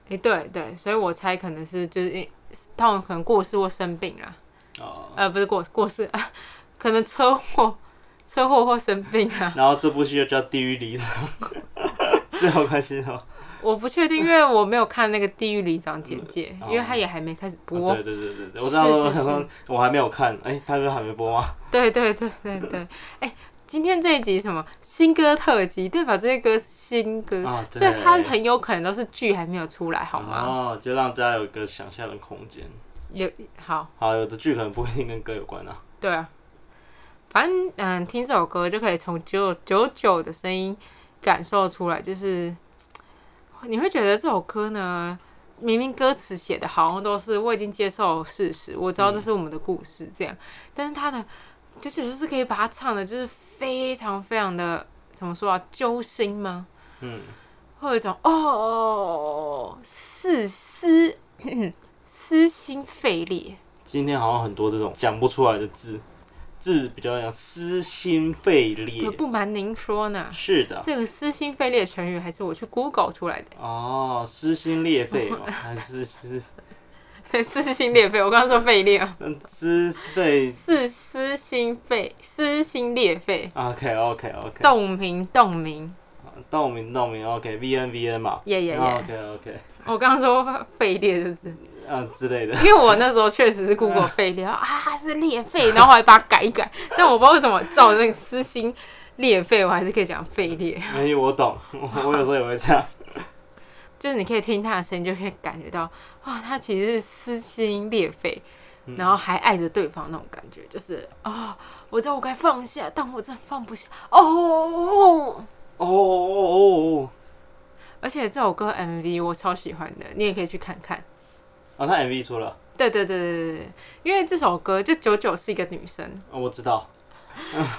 [SPEAKER 1] 诶，对对，所以我猜可能是就是因他们可能过世或生病啦，
[SPEAKER 2] 哦，
[SPEAKER 1] 呃，不是过过世、 啊，可能车祸、车祸或生病啊。
[SPEAKER 2] 然后这部戏就叫《地狱里长》， 这有关系吗？
[SPEAKER 1] 我不确定，因为我没有看那个《地狱里长》简介，
[SPEAKER 2] 嗯哦
[SPEAKER 1] 因为他也还没开始播。
[SPEAKER 2] 啊对对对对对，我
[SPEAKER 1] 是
[SPEAKER 2] 知道，我
[SPEAKER 1] 是
[SPEAKER 2] 想说我还没有看，哎，他说还没播吗？
[SPEAKER 1] 对 对对对对，哎、今天这一集什么新歌特辑，代表这些歌是新歌，
[SPEAKER 2] 啊，
[SPEAKER 1] 嗯
[SPEAKER 2] 对
[SPEAKER 1] 所以它很有可能都是剧还没有出来，好吗？
[SPEAKER 2] 哦，就让大家有一个想象的空间。
[SPEAKER 1] 有好，
[SPEAKER 2] 好，有的剧可能不一定跟歌有关啊。
[SPEAKER 1] 对啊，反正嗯，听这首歌就可以从九九九的声音感受出来，就是你会觉得这首歌呢，明明歌词写的好像都是我已经接受事实，我知道这是我们的故事这样，但是他的九九就是可以把它唱的，就是非常非常的怎么说啊，揪心吗？
[SPEAKER 2] 嗯，
[SPEAKER 1] 会有一种哦，撕撕撕心肺裂，
[SPEAKER 2] 今天好像很多这种讲不出来的字，字比较像撕心肺裂
[SPEAKER 1] 对，。不瞒您说呢。
[SPEAKER 2] 是的，
[SPEAKER 1] 这个撕心肺裂成语还是我去 Google 出来的。
[SPEAKER 2] 哦，撕心裂肺哦，还是撕
[SPEAKER 1] 对，撕心裂肺。我刚刚说肺裂吗？
[SPEAKER 2] 嗯，撕 肺
[SPEAKER 1] 是撕心肺，撕心裂肺。
[SPEAKER 2] ，OK OK OK，
[SPEAKER 1] 洞明洞明，
[SPEAKER 2] 动名动名，OK，V N V N 嘛啊
[SPEAKER 1] 耶耶耶！
[SPEAKER 2] ，OK OK，
[SPEAKER 1] 我刚刚说肺裂就是，
[SPEAKER 2] 嗯之类的，
[SPEAKER 1] 因为我那时候确实是 Google 肺裂啊，是裂肺，然后我还把它改一改，但我不知道为什么照那个撕心裂肺，我还是可以讲肺裂，
[SPEAKER 2] 没有我懂，我我有时候也会这样，
[SPEAKER 1] 就是你可以听他的声音，就可以感觉到哇，他其实是撕心裂肺，然后还爱着对方那种感觉，就是哦，我知道我该放下，但我真的放不下哦。
[SPEAKER 2] 哦哦哦
[SPEAKER 1] 而且这首歌 MV 我超喜欢的，你也可以去看看。
[SPEAKER 2] 哦，哦，他 MV 出了，
[SPEAKER 1] 对对对对对对，因为这首歌就九九是一个女生，
[SPEAKER 2] 哦我知道，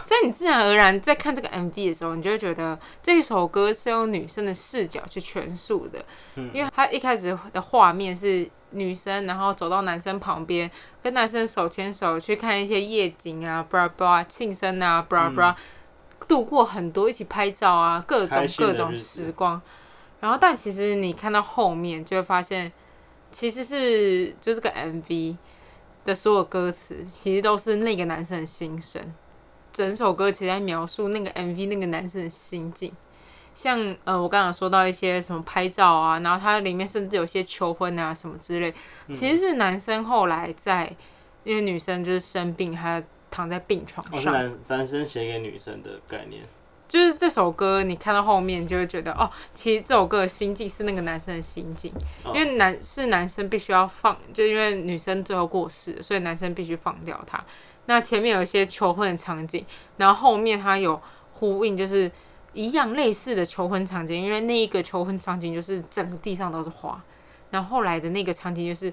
[SPEAKER 1] 所以你自然而然在看这个 MV 的时候，你就会觉得这首歌是用女生的视角去诠述的，
[SPEAKER 2] 嗯
[SPEAKER 1] 因为她一开始的画面是女生，然后走到男生旁边，跟男生手牵手去看一些夜景啊，bra bra 庆生啊，bra bra，、度过很多一起拍照啊，各种
[SPEAKER 2] 开心的
[SPEAKER 1] 各种
[SPEAKER 2] 日子
[SPEAKER 1] 时光。然后，但其实你看到后面就会发现，其实是就这个 MV 的所有歌词，其实都是那个男生的心声。整首歌其实在描述那个 MV 那个男生的心境。像呃，我刚刚有说到一些什么拍照啊，然后它里面甚至有些求婚啊什么之类，
[SPEAKER 2] 嗯
[SPEAKER 1] 其实是男生后来在，因为女生就是生病，她躺在病床
[SPEAKER 2] 哦我是
[SPEAKER 1] 上，
[SPEAKER 2] 男男生写给女生的概念，
[SPEAKER 1] 就是这首歌，你看到后面就会觉得，哦，其实这首歌的心境是那个男生的心境，
[SPEAKER 2] 哦
[SPEAKER 1] 因为男是男生必须要放，就因为女生最后过世了，所以男生必须放掉她。那前面有一些求婚的场景，然后后面他有呼应，就是一样类似的求婚场景，因为那一个求婚场景就是整个地上都是花，然后后来的那个场景就是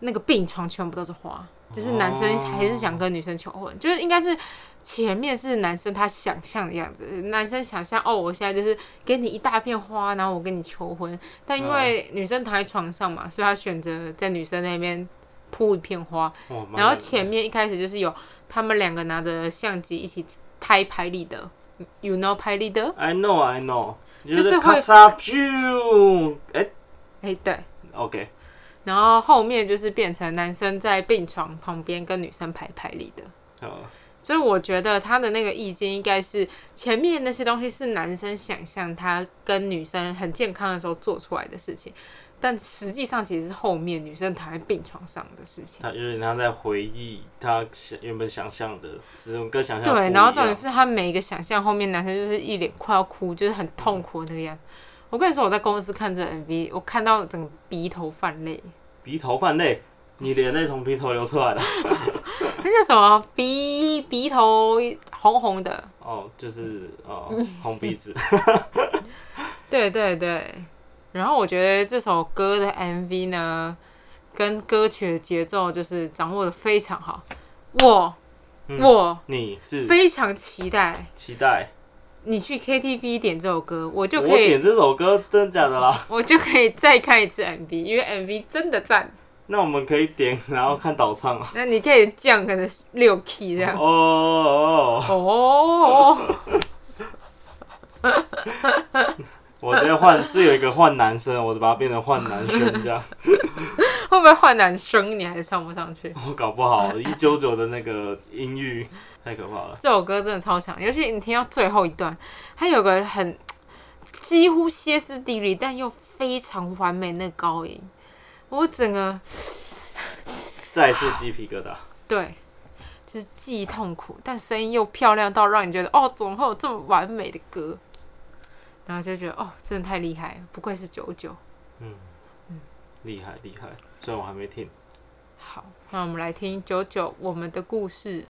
[SPEAKER 1] 那个病床全部都是花，就是男生还是想跟女生求婚，就是应该是前面是男生他想象的样子，男生想象哦，我现在就是给你一大片花，然后我跟你求婚，但因为女生躺在床上嘛，所以他选择在女生那边铺一片花，
[SPEAKER 2] 哦，蛮
[SPEAKER 1] 然后
[SPEAKER 2] 有
[SPEAKER 1] 前面一开始就是有他们两个拿着相机一起拍拍立得，you know 拍立得？
[SPEAKER 2] I know I know，
[SPEAKER 1] 就是
[SPEAKER 2] 咔
[SPEAKER 1] 会
[SPEAKER 2] 嚓啾，哎
[SPEAKER 1] 哎、对。
[SPEAKER 2] ，OK，
[SPEAKER 1] 然后后面就是变成男生在病床旁边跟女生排排立得，
[SPEAKER 2] 好，
[SPEAKER 1] 所以我觉得他的那个意境应该是前面那些东西是男生想象他跟女生很健康的时候做出来的事情，但实际上其实是后面女生躺在病床上的事 情。
[SPEAKER 2] 他有点像在回忆他想原本想象的，啊只是跟想象不
[SPEAKER 1] 对，
[SPEAKER 2] 一
[SPEAKER 1] 然后
[SPEAKER 2] 样
[SPEAKER 1] 重点是他每一个想象后面男生就是一脸快要哭，就是很痛苦的那个样子。我跟你说，我在公司看这 MV，我看到整个鼻头泛泪，
[SPEAKER 2] 鼻头泛泪，你眼泪从鼻头流出来了。
[SPEAKER 1] 那叫什么鼻鼻头红红的。
[SPEAKER 2] 哦，就是哦，红鼻子。
[SPEAKER 1] 对对对，然后我觉得这首歌的 MV 呢，跟歌曲的节奏就是掌握的非常好。我、
[SPEAKER 2] 嗯
[SPEAKER 1] 我
[SPEAKER 2] 你是
[SPEAKER 1] 非常期待
[SPEAKER 2] 期待
[SPEAKER 1] 你去 KTV 点这首歌，我就
[SPEAKER 2] 我
[SPEAKER 1] 可以
[SPEAKER 2] 点这首歌，真假的 啦？
[SPEAKER 1] 我就可以再看一次 MV，因为 MV 真的赞。
[SPEAKER 2] 那我们可以点，然后看倒唱啊。
[SPEAKER 1] 那你可以降可能六 key 这
[SPEAKER 2] 哦
[SPEAKER 1] 样。
[SPEAKER 2] 哦，哦
[SPEAKER 1] 哦，
[SPEAKER 2] 我直接换，是有一个换男生，我就把它变成换男生这样。
[SPEAKER 1] 会不会换男生你还是唱不上去？
[SPEAKER 2] 我搞 不好一九九的那个音域太可怕了。
[SPEAKER 1] 这首歌真的超强，尤其你听到最后一段，它有个很几乎歇斯底里，但又非常完美那高音，我整个
[SPEAKER 2] 再一次鸡皮疙瘩。
[SPEAKER 1] 对，就是既痛苦，但声音又漂亮到让你觉得哦，怎么会有这么完美的歌？然后就觉得哦，真的太厉害了，不愧是九九。
[SPEAKER 2] 嗯，厉害厉害，虽然我还没听。
[SPEAKER 1] 好，那我们来听九九我们的故事。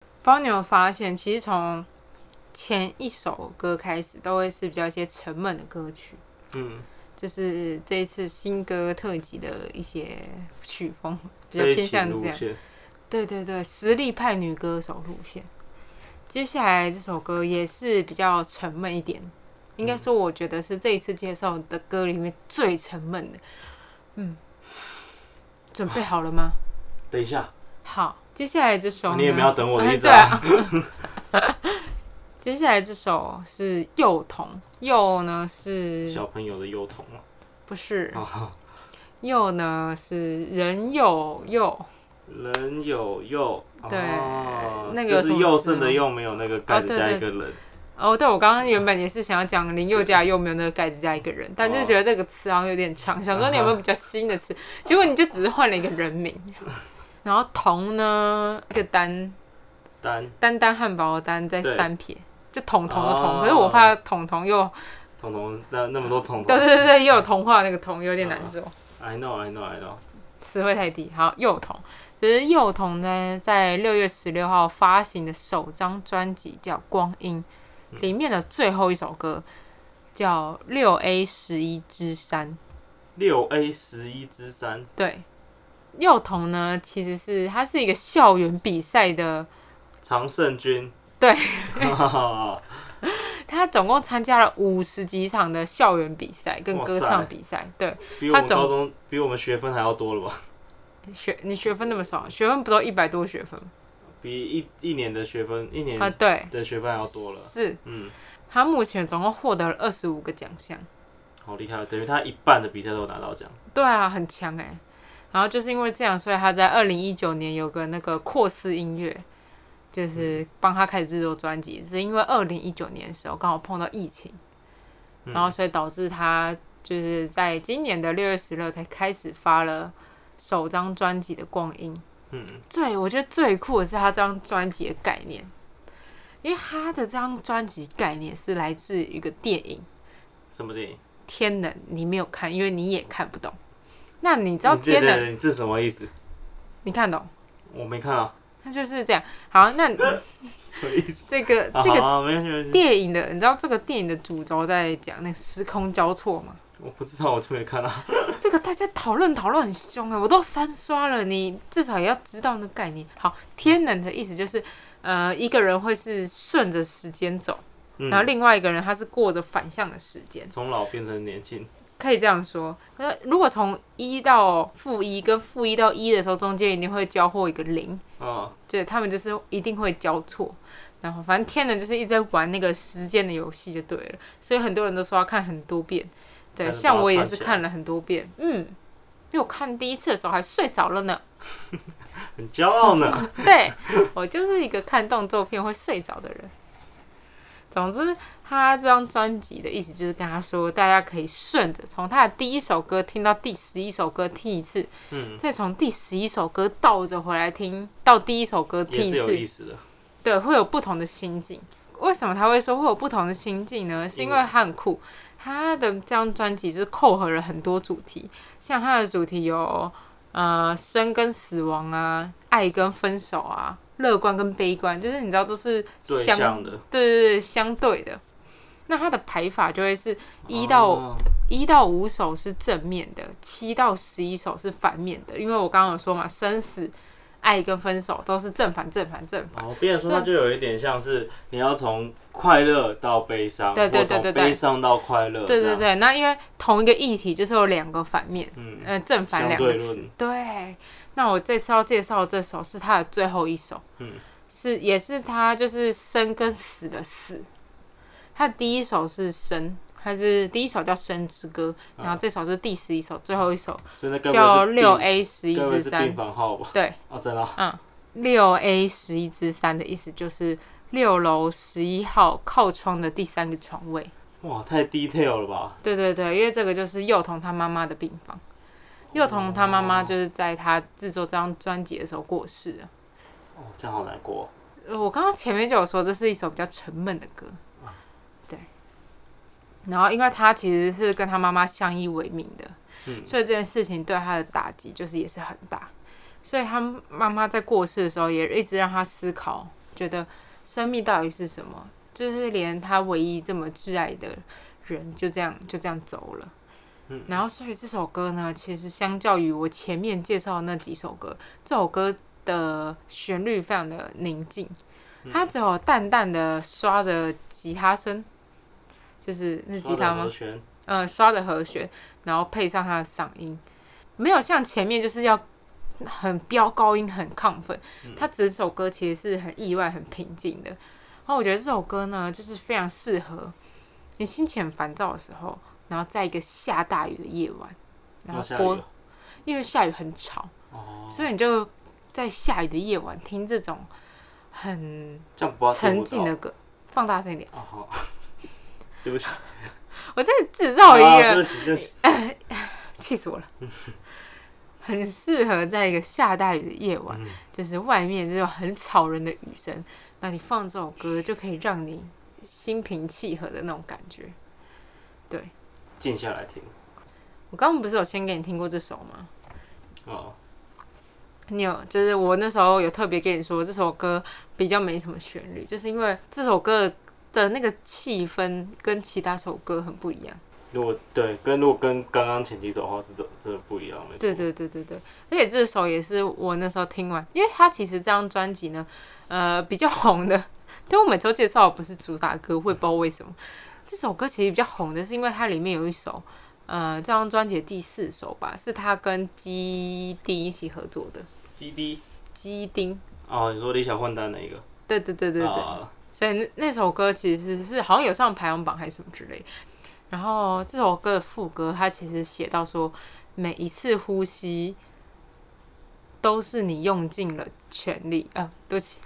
[SPEAKER 1] 不知道你有没有发现，其实从前一首歌开始，都会是比较一些沉闷的歌曲，
[SPEAKER 2] 嗯，
[SPEAKER 1] 这是这一次新歌特辑的一些曲风，比较
[SPEAKER 2] 这一
[SPEAKER 1] 偏
[SPEAKER 2] 期
[SPEAKER 1] 向
[SPEAKER 2] 路
[SPEAKER 1] 这样。
[SPEAKER 2] 线
[SPEAKER 1] 对对对，实力派女歌手路线。接下来这首歌也是比较沉闷一点，应
[SPEAKER 2] 嗯
[SPEAKER 1] 该说我觉得是这一次介绍的歌里面最沉闷的。嗯，准备好了吗？
[SPEAKER 2] 等一下，
[SPEAKER 1] 好，接下来这首
[SPEAKER 2] 啊你也没有
[SPEAKER 1] 呢
[SPEAKER 2] 要等我的意思
[SPEAKER 1] 哎
[SPEAKER 2] 啊？
[SPEAKER 1] 对啊 接下来这首是幼童，幼呢是
[SPEAKER 2] 小朋友的幼童啊。
[SPEAKER 1] 不是
[SPEAKER 2] 啊，
[SPEAKER 1] 柚呢是人有柚，
[SPEAKER 2] 人有柚，
[SPEAKER 1] 对
[SPEAKER 2] 哦
[SPEAKER 1] 那个有
[SPEAKER 2] 就
[SPEAKER 1] 什
[SPEAKER 2] 是
[SPEAKER 1] 么
[SPEAKER 2] 柚
[SPEAKER 1] 事
[SPEAKER 2] 剩的
[SPEAKER 1] 吗
[SPEAKER 2] 柚没有那个盖
[SPEAKER 1] 哦
[SPEAKER 2] 子
[SPEAKER 1] 对
[SPEAKER 2] 加
[SPEAKER 1] 对
[SPEAKER 2] 一个人，
[SPEAKER 1] 哦，对，我刚刚原本也是想要讲林宥嘉又没有那个盖子加一个人，但
[SPEAKER 2] 哦
[SPEAKER 1] 就觉得这个词好像有点长，想说你有没
[SPEAKER 2] 嗯
[SPEAKER 1] 有比较新的词？结果你就只是换了一个人名。 然后童呢，一个单
[SPEAKER 2] 单
[SPEAKER 1] 单单汉堡的单在
[SPEAKER 2] 对
[SPEAKER 1] 三撇，就统统的
[SPEAKER 2] 哦
[SPEAKER 1] 统，可是我怕统统又
[SPEAKER 2] 彤彤那那么多彤
[SPEAKER 1] 对
[SPEAKER 2] 彤
[SPEAKER 1] 对对对，又有童话那个童有点难受，
[SPEAKER 2] ，I know I know I know，
[SPEAKER 1] 词汇太低。好，幼童，只是幼童呢，在六月十六号发行的首张专辑叫《光阴》，里面的最后一首歌叫《六 A 十一之三》。
[SPEAKER 2] 六 A 十一之三，
[SPEAKER 1] 对，幼童呢，其实是它是一个校园比赛的，
[SPEAKER 2] 常胜军，
[SPEAKER 1] 对，
[SPEAKER 2] 哇
[SPEAKER 1] 他总共参加了五十几场的校园比赛跟
[SPEAKER 2] 哇
[SPEAKER 1] 歌
[SPEAKER 2] 塞
[SPEAKER 1] 唱比赛。对，
[SPEAKER 2] 比我们
[SPEAKER 1] 他总
[SPEAKER 2] 高中比我们学分还要多了吧？
[SPEAKER 1] 学你学分那么少，学分不都一百多学分吗？
[SPEAKER 2] 比一一年的学分一年
[SPEAKER 1] 啊，对，
[SPEAKER 2] 的学分还要嗯多了，
[SPEAKER 1] 是
[SPEAKER 2] 嗯，
[SPEAKER 1] 他目前总共获得了二十五个奖项。
[SPEAKER 2] 好厉害，等于他一半的比赛都有拿到奖，
[SPEAKER 1] 对啊，很强哎、然后就是因为这样，所以他在二零一九年有个那个阔斯音乐，就是帮他开始制作专辑，是因为二零一九年的时候刚好碰到疫情，
[SPEAKER 2] 嗯
[SPEAKER 1] 然后所以导致他就是在今年的六月十六才开始发了首张专辑的《光阴》。
[SPEAKER 2] 嗯，
[SPEAKER 1] 最我觉得最酷的是他这张专辑的概念，因为他的这张专辑概念是来自一个电影。
[SPEAKER 2] 什么电影？
[SPEAKER 1] 天能你没有看，因为你也看不懂。那你知道
[SPEAKER 2] 你这
[SPEAKER 1] 天能
[SPEAKER 2] 你这什么意思？
[SPEAKER 1] 你看懂？
[SPEAKER 2] 我没 看啊，
[SPEAKER 1] 那就是这样。好，那
[SPEAKER 2] 什么意思？
[SPEAKER 1] 这个
[SPEAKER 2] 啊
[SPEAKER 1] 这
[SPEAKER 2] 好
[SPEAKER 1] 个
[SPEAKER 2] 啊，没关系没关系，
[SPEAKER 1] 电影的，你知道这个电影的主轴在讲那个时空交错吗？
[SPEAKER 2] 我不知道，我就没看啊。
[SPEAKER 1] 这个大家讨论讨论很凶哎、我都三刷了，你至少也要知道那概念。好，天能的意思就是，呃，一个人会是顺着时间走，然后
[SPEAKER 2] 嗯，
[SPEAKER 1] 另外一个人他是过着反向的时间。
[SPEAKER 2] 从老变成年轻，
[SPEAKER 1] 可以这样说。那如果从一到负一跟负一到一的时候，中间一定会交获一个零，
[SPEAKER 2] 啊，
[SPEAKER 1] 对他们就是一定会交错。然后反正天人就是一直在玩那个时间的游戏就对了，所以很多人都说要看很多遍。
[SPEAKER 2] 才
[SPEAKER 1] 对，
[SPEAKER 2] 能
[SPEAKER 1] 像
[SPEAKER 2] 把它
[SPEAKER 1] 我也
[SPEAKER 2] 串
[SPEAKER 1] 是
[SPEAKER 2] 起来
[SPEAKER 1] 看了很多遍，嗯，因为我看第一次的时候还睡着了呢。
[SPEAKER 2] 很骄傲呢。
[SPEAKER 1] 对我就是一个看动作片会睡着的人。总之，他这张专辑的意思就是跟他说，大家可以顺着从他的第一首歌听到第十一首歌听一次，
[SPEAKER 2] 嗯，
[SPEAKER 1] 再从第十一首歌倒着回来听到第一首歌
[SPEAKER 2] 也
[SPEAKER 1] 听
[SPEAKER 2] 是有意
[SPEAKER 1] 一次，
[SPEAKER 2] 思的。
[SPEAKER 1] 对，会有不同的心境。为什么他会说会有不同的心境呢？是因为
[SPEAKER 2] 因为
[SPEAKER 1] 他很酷，他的这张专辑就是扣合了很多主题，像他的主题有呃生跟死亡啊，爱跟分手啊，乐观跟悲观，就是你知道都是
[SPEAKER 2] 对
[SPEAKER 1] 相
[SPEAKER 2] 象的
[SPEAKER 1] 对对对相对的。那它的排法就会是一到
[SPEAKER 2] 哦
[SPEAKER 1] 一到五首是正面的，七到十一首是反面的。因为我刚刚有说嘛，生死、爱跟分手都是正反正反正反。
[SPEAKER 2] 哦，变成说它就有一点像是你要从快乐到悲伤，
[SPEAKER 1] 对对
[SPEAKER 2] 或从
[SPEAKER 1] 对对对
[SPEAKER 2] 悲伤到快乐，
[SPEAKER 1] 对
[SPEAKER 2] 这
[SPEAKER 1] 对对，
[SPEAKER 2] 样，
[SPEAKER 1] 那因为同一个议题就是有两个反面，
[SPEAKER 2] 嗯，
[SPEAKER 1] 呃，正反两个
[SPEAKER 2] 相对
[SPEAKER 1] 词
[SPEAKER 2] 论。
[SPEAKER 1] 对，那我这次要介绍的这首是他的最后一首，
[SPEAKER 2] 嗯
[SPEAKER 1] 是也是他就是生跟死的死。他的第一首是生，他是第一首叫《生之歌》，然
[SPEAKER 2] 啊
[SPEAKER 1] 后这首是第十一首，最后一首
[SPEAKER 2] 所以那根
[SPEAKER 1] 叫
[SPEAKER 2] 本
[SPEAKER 1] 六 A 十一
[SPEAKER 2] 该不会
[SPEAKER 1] 之
[SPEAKER 2] 是
[SPEAKER 1] 三
[SPEAKER 2] 病。房号吧？
[SPEAKER 1] 对，
[SPEAKER 2] 哦，真的哦，
[SPEAKER 1] 六 A 十一之三的意思就是六楼十一号靠窗的第三个床位。
[SPEAKER 2] 哇，太 detail 了吧？
[SPEAKER 1] 对对对，因为这个就是幼童他妈妈的病房。幼童他妈妈就是在他制作这张专辑的时候过世了。
[SPEAKER 2] 哦，这样好难过。
[SPEAKER 1] 呃我刚刚前面就有说，这是一首比较沉闷的歌。对。然后，因为他其实是跟他妈妈相依为命的，
[SPEAKER 2] 嗯
[SPEAKER 1] 所以这件事情对他的打击就是也是很大。所以他妈妈在过世的时候，也一直让他思考，觉得生命到底是什么？就是连他唯一这么挚爱的人就这样就这样走了。
[SPEAKER 2] 嗯
[SPEAKER 1] 然后，所以这首歌呢，其实相较于我前面介绍的那几首歌，这首歌的旋律非常的宁静，
[SPEAKER 2] 嗯
[SPEAKER 1] 它只有淡淡的刷着吉他声，就是那是吉
[SPEAKER 2] 刷
[SPEAKER 1] 他
[SPEAKER 2] 的
[SPEAKER 1] 吗
[SPEAKER 2] 和？弦，
[SPEAKER 1] 呃，刷的和弦，然后配上他的嗓音，没有像前面就是要很飙高音、很亢奋。
[SPEAKER 2] 嗯
[SPEAKER 1] 他整首歌其实是很意外、很平静的。然后我觉得这首歌呢，就是非常适合你心情很烦躁的时候，然后在一个下大雨的夜晚，然
[SPEAKER 2] 要
[SPEAKER 1] 后
[SPEAKER 2] 下雨
[SPEAKER 1] 播
[SPEAKER 2] 了
[SPEAKER 1] 因为下雨很吵，
[SPEAKER 2] 哦，
[SPEAKER 1] 所以你就在下雨的夜晚听这种很
[SPEAKER 2] 这样不要
[SPEAKER 1] 沉静的歌。放大声一点，
[SPEAKER 2] 哦好，对不起，
[SPEAKER 1] 我在制造一
[SPEAKER 2] 啊
[SPEAKER 1] 个
[SPEAKER 2] 对不，起，对不起，
[SPEAKER 1] 气、死我了。很适合在一个下大雨的夜晚，
[SPEAKER 2] 嗯
[SPEAKER 1] 就是外面这种很吵人的雨声，那你放这首歌就可以让你心平气和的那种感觉。
[SPEAKER 2] 静下来听。
[SPEAKER 1] 我刚刚不是有先给你听过这首吗？
[SPEAKER 2] 哦，
[SPEAKER 1] 你有，就是我那时候有特别跟你说，这首歌比较没什么旋律，就是因为这首歌的那个气氛跟其他首歌很不一样。
[SPEAKER 2] 如果对跟如果跟刚刚前几首的话是真真的不一样，没错。
[SPEAKER 1] 对对对对对，而且这首也是我那时候听完，因为它其实这张专辑呢，呃，比较红的， 但我每周介绍的不是主打歌，我也不知道为什么。这首歌其实比较红的是因为它里面有一首，呃，这张专辑的第四首吧，是他跟基丁一起合作的。
[SPEAKER 2] ，G D
[SPEAKER 1] 基丁，
[SPEAKER 2] 哦，你说李小混蛋那一个？
[SPEAKER 1] 对对对对对，
[SPEAKER 2] 啊
[SPEAKER 1] 所以那那首歌其实是好像有上排行榜还是什么之类。然后这首歌的副歌，它其实写到说，每一次呼吸都是你用尽了全力啊，对不起，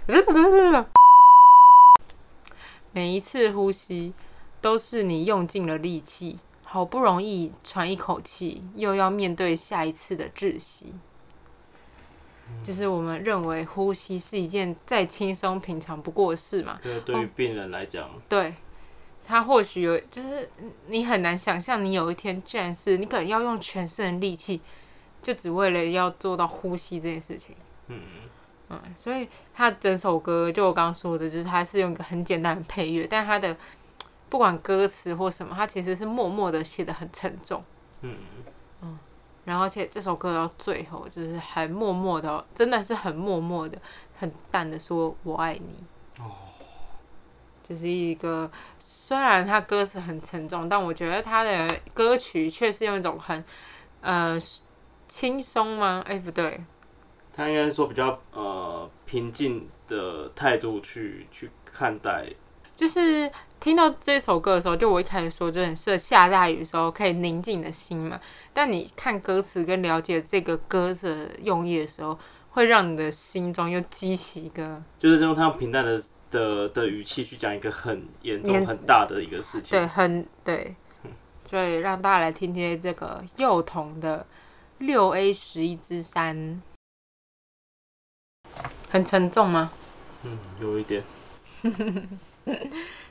[SPEAKER 1] 每一次呼吸都是你用尽了力气，好不容易喘一口气，又要面对下一次的窒息。就是我们认为呼吸是一件再轻松平常不过的事嘛，
[SPEAKER 2] 这个对于病人来讲，
[SPEAKER 1] 对，他或许有，就是你很难想象，你有一天居然是你可能要用全身的力气，就只为了要做到呼吸这件事情。
[SPEAKER 2] 嗯，
[SPEAKER 1] 嗯，所以他整首歌，就我刚刚说的，就是他是用一个很简单的配乐，但他的不管歌词或什么，他其实是默默的写的很沉重。
[SPEAKER 2] 嗯，
[SPEAKER 1] 然后，而且这首歌到最后就是很默默的哦，真的是很默默的、很淡的说“我爱你”。就是一个虽然他歌词很沉重，但我觉得他的歌曲却是用一种很呃轻松吗？哎、不对，
[SPEAKER 2] 他应该说比较呃平静的态度去去看待，
[SPEAKER 1] 就是听到这首歌的时候，就我一开始说，就很适合下大雨的时候可以宁静的心嘛。但你看歌词跟了解这个歌的用意的时候，会让你的心中又激起一个
[SPEAKER 2] 就是用他平淡的的的语气去讲一个很严重、
[SPEAKER 1] 严
[SPEAKER 2] 很大的一个事情。
[SPEAKER 1] 对，很对，所以让大家来听听这个幼童的六 A 十一之三，很沉重吗？
[SPEAKER 2] 嗯，有一点，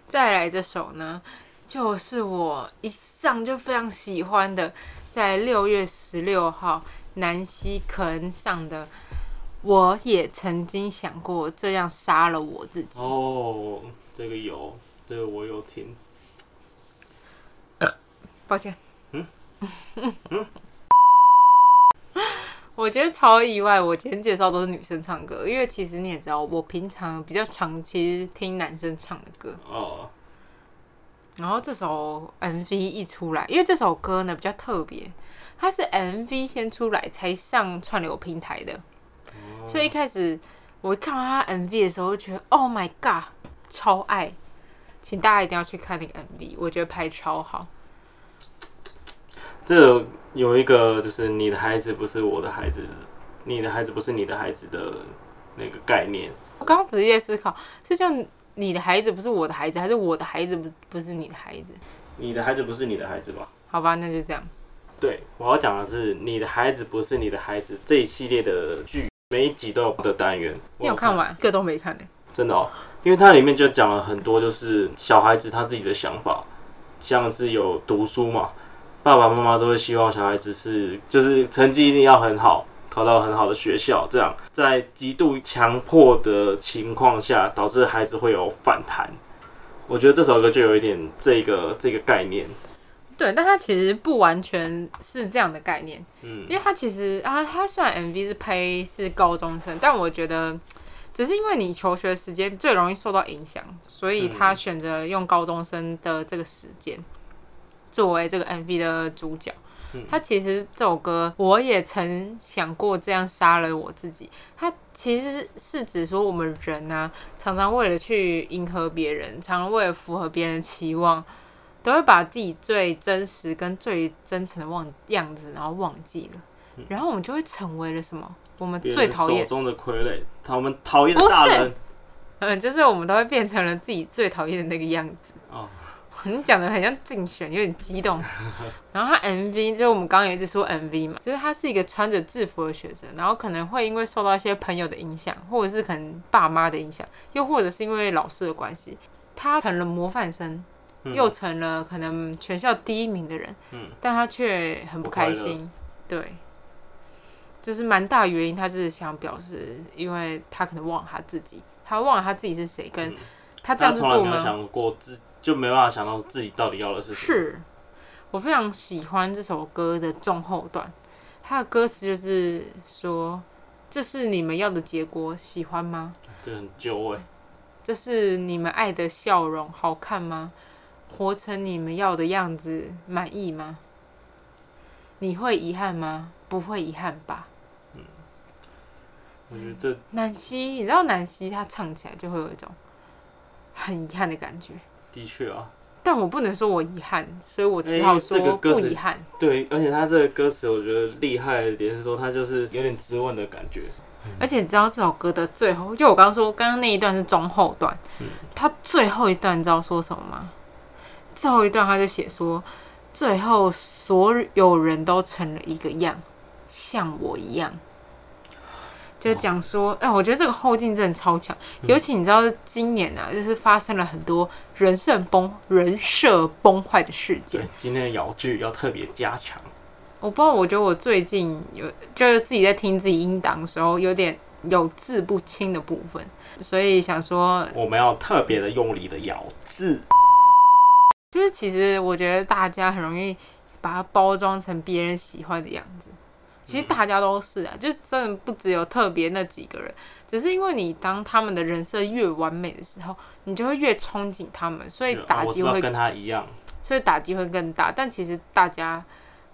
[SPEAKER 1] 再来这首呢，就是我一上就非常喜欢的，在六月十六号南希肯恩上的。我也曾经想过这样杀了我自己。
[SPEAKER 2] 哦，这个有，这个我有听。
[SPEAKER 1] 抱歉。
[SPEAKER 2] 嗯
[SPEAKER 1] 我觉得超意外，我今天介绍都是女生唱歌，因为其实你也知道，我平常比较常其实听男生唱的歌。
[SPEAKER 2] 哦，
[SPEAKER 1] 然后这首 MV 一出来，因为这首歌呢比较特别，它是 MV 先出来才上串流平台的，所以一开始我一看到它 MV 的时候，就觉得 Oh my God，超爱！请大家一定要去看那个 MV，我觉得拍超好。
[SPEAKER 2] 这个有一个就是你的孩子不是我的孩子，你的孩子不是你的孩子的那个概念。
[SPEAKER 1] 我刚刚职业思考是叫你的孩子不是我的孩子，还是我的孩子不不是你的孩子？
[SPEAKER 2] 你的孩子不是你的孩子吧？
[SPEAKER 1] 好吧，那就这样。
[SPEAKER 2] 对，我要讲的是你的孩子不是你的孩子这一系列的剧，每一集都有的单元。
[SPEAKER 1] 你有看？完？一个都没看呢、
[SPEAKER 2] 真的哦，因为它里面就讲了很多，就是小孩子他自己的想法，像是有读书嘛，爸爸妈妈都会希望小孩子是就是成绩一定要很好，考到很好的学校，这样在极度强迫的情况下，导致孩子会有反弹。我觉得这首歌就有一点这个这个概念，
[SPEAKER 1] 对，但它其实不完全是这样的概念，
[SPEAKER 2] 嗯
[SPEAKER 1] 因为它其实啊，它虽然 MV 是拍是高中生，但我觉得只是因为你求学时间最容易受到影响，所以他选择用高中生的这个时间作为这个 MV 的主角。他其实这首歌，我也曾想过这样杀了我自己。他其实是指说我们人啊呢、常常为了去迎合别人，常常为了符合别人的期望，都会把自己最真实跟最真诚的忘样子，然后忘记了。然后我们就会成为了什么？我们
[SPEAKER 2] 别
[SPEAKER 1] 最
[SPEAKER 2] 人
[SPEAKER 1] 讨
[SPEAKER 2] 手
[SPEAKER 1] 厌，
[SPEAKER 2] 中的傀儡，他们讨厌的大人
[SPEAKER 1] 嗯， 就是我们都会变成了自己最讨厌的那个样子。
[SPEAKER 2] 哦，
[SPEAKER 1] 你讲的很像竞选，有点激动。然后他 MV 就是我们刚刚有一直说 MV 嘛，就是他是一个穿着制服的学生，然后可能会因为受到一些朋友的影响，或者是可能爸妈的影响，又或者是因为老师的关系，他成了模范生，
[SPEAKER 2] 嗯
[SPEAKER 1] 又成了可能全校第一名的人，
[SPEAKER 2] 嗯
[SPEAKER 1] 但他却很不开
[SPEAKER 2] 不快
[SPEAKER 1] 心，对，就是蛮大原因，他是想表示，因为他可能忘了他自己，他忘了他自己是谁，跟
[SPEAKER 2] 嗯
[SPEAKER 1] 他这
[SPEAKER 2] 他
[SPEAKER 1] 样子
[SPEAKER 2] 从来
[SPEAKER 1] 对我
[SPEAKER 2] 没有
[SPEAKER 1] 们
[SPEAKER 2] 想过自，就没办法想到自己到底要的是什么。
[SPEAKER 1] 是我非常喜欢这首歌的中后段，它的歌词就是说：“这是你们要的结果，喜欢吗？
[SPEAKER 2] 这很旧哎、
[SPEAKER 1] 这是你们爱的笑容，好看吗？活成你们要的样子，满意吗？你会遗憾吗？不会遗憾吧。
[SPEAKER 2] 我觉得这”
[SPEAKER 1] 南希，你知道南希她唱起来就会有一种很遗憾的感觉，
[SPEAKER 2] 的确啊，
[SPEAKER 1] 但我不能说我遗憾，所以我只
[SPEAKER 2] 哎
[SPEAKER 1] 好
[SPEAKER 2] 这个
[SPEAKER 1] 说
[SPEAKER 2] 歌
[SPEAKER 1] 不
[SPEAKER 2] 词
[SPEAKER 1] 遗憾。
[SPEAKER 2] 对，而且他这个歌词我觉得厉害的点是说，他就是有点质问的感觉。
[SPEAKER 1] 而且你知道这首歌的最后，就我刚刚说，刚刚那一段是中后段，
[SPEAKER 2] 嗯
[SPEAKER 1] 他最后一段你知道说什么吗？最后一段他就写说，最后所有人都成了一个样，像我一样，就讲说，哎、我觉得这个后劲真的超强，尤其你知道今年啊，就是发生了很多人设崩人设崩坏的事件
[SPEAKER 2] 对。，今天的咬句要特别加强。
[SPEAKER 1] 我不知道，我觉得我最近有就是自己在听自己音档的时候，有点有字不清的部分，所以想说，
[SPEAKER 2] 我们要特别的用力的咬字。
[SPEAKER 1] 就是其实我觉得大家很容易把它包装成别人喜欢的样子。其实
[SPEAKER 2] 嗯
[SPEAKER 1] 大家都是啊，就是真的不只有特别那几个人，只是因为你当他们的人设越完美的时候，你就会越憧憬他们，所以
[SPEAKER 2] 就啊
[SPEAKER 1] 打
[SPEAKER 2] 我
[SPEAKER 1] 击
[SPEAKER 2] 是不是
[SPEAKER 1] 会
[SPEAKER 2] 要跟他一样，
[SPEAKER 1] 所以打击会更大。但其实大家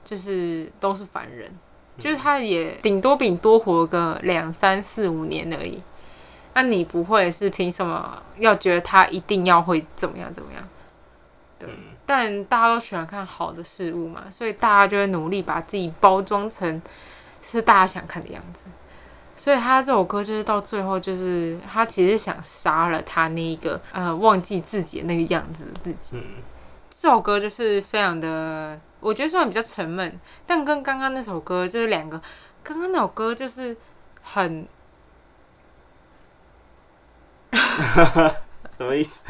[SPEAKER 1] 就是都是凡人，就是他也顶多比你多活个两三四五年而已。那、你不会是凭什么要觉得他一定要会怎么样怎么样？对，
[SPEAKER 2] 嗯
[SPEAKER 1] 但大家都喜欢看好的事物嘛，所以大家就会努力把自己包装成是大家想看的样子。所以他这首歌就是到最后，就是他其实想杀了他那一个呃忘记自己的那个样子的自己。
[SPEAKER 2] 嗯，
[SPEAKER 1] 这首歌就是非常的，我觉得虽然比较沉闷，但跟刚刚那首歌就是两个，刚刚那首歌就是很
[SPEAKER 2] 什么意思？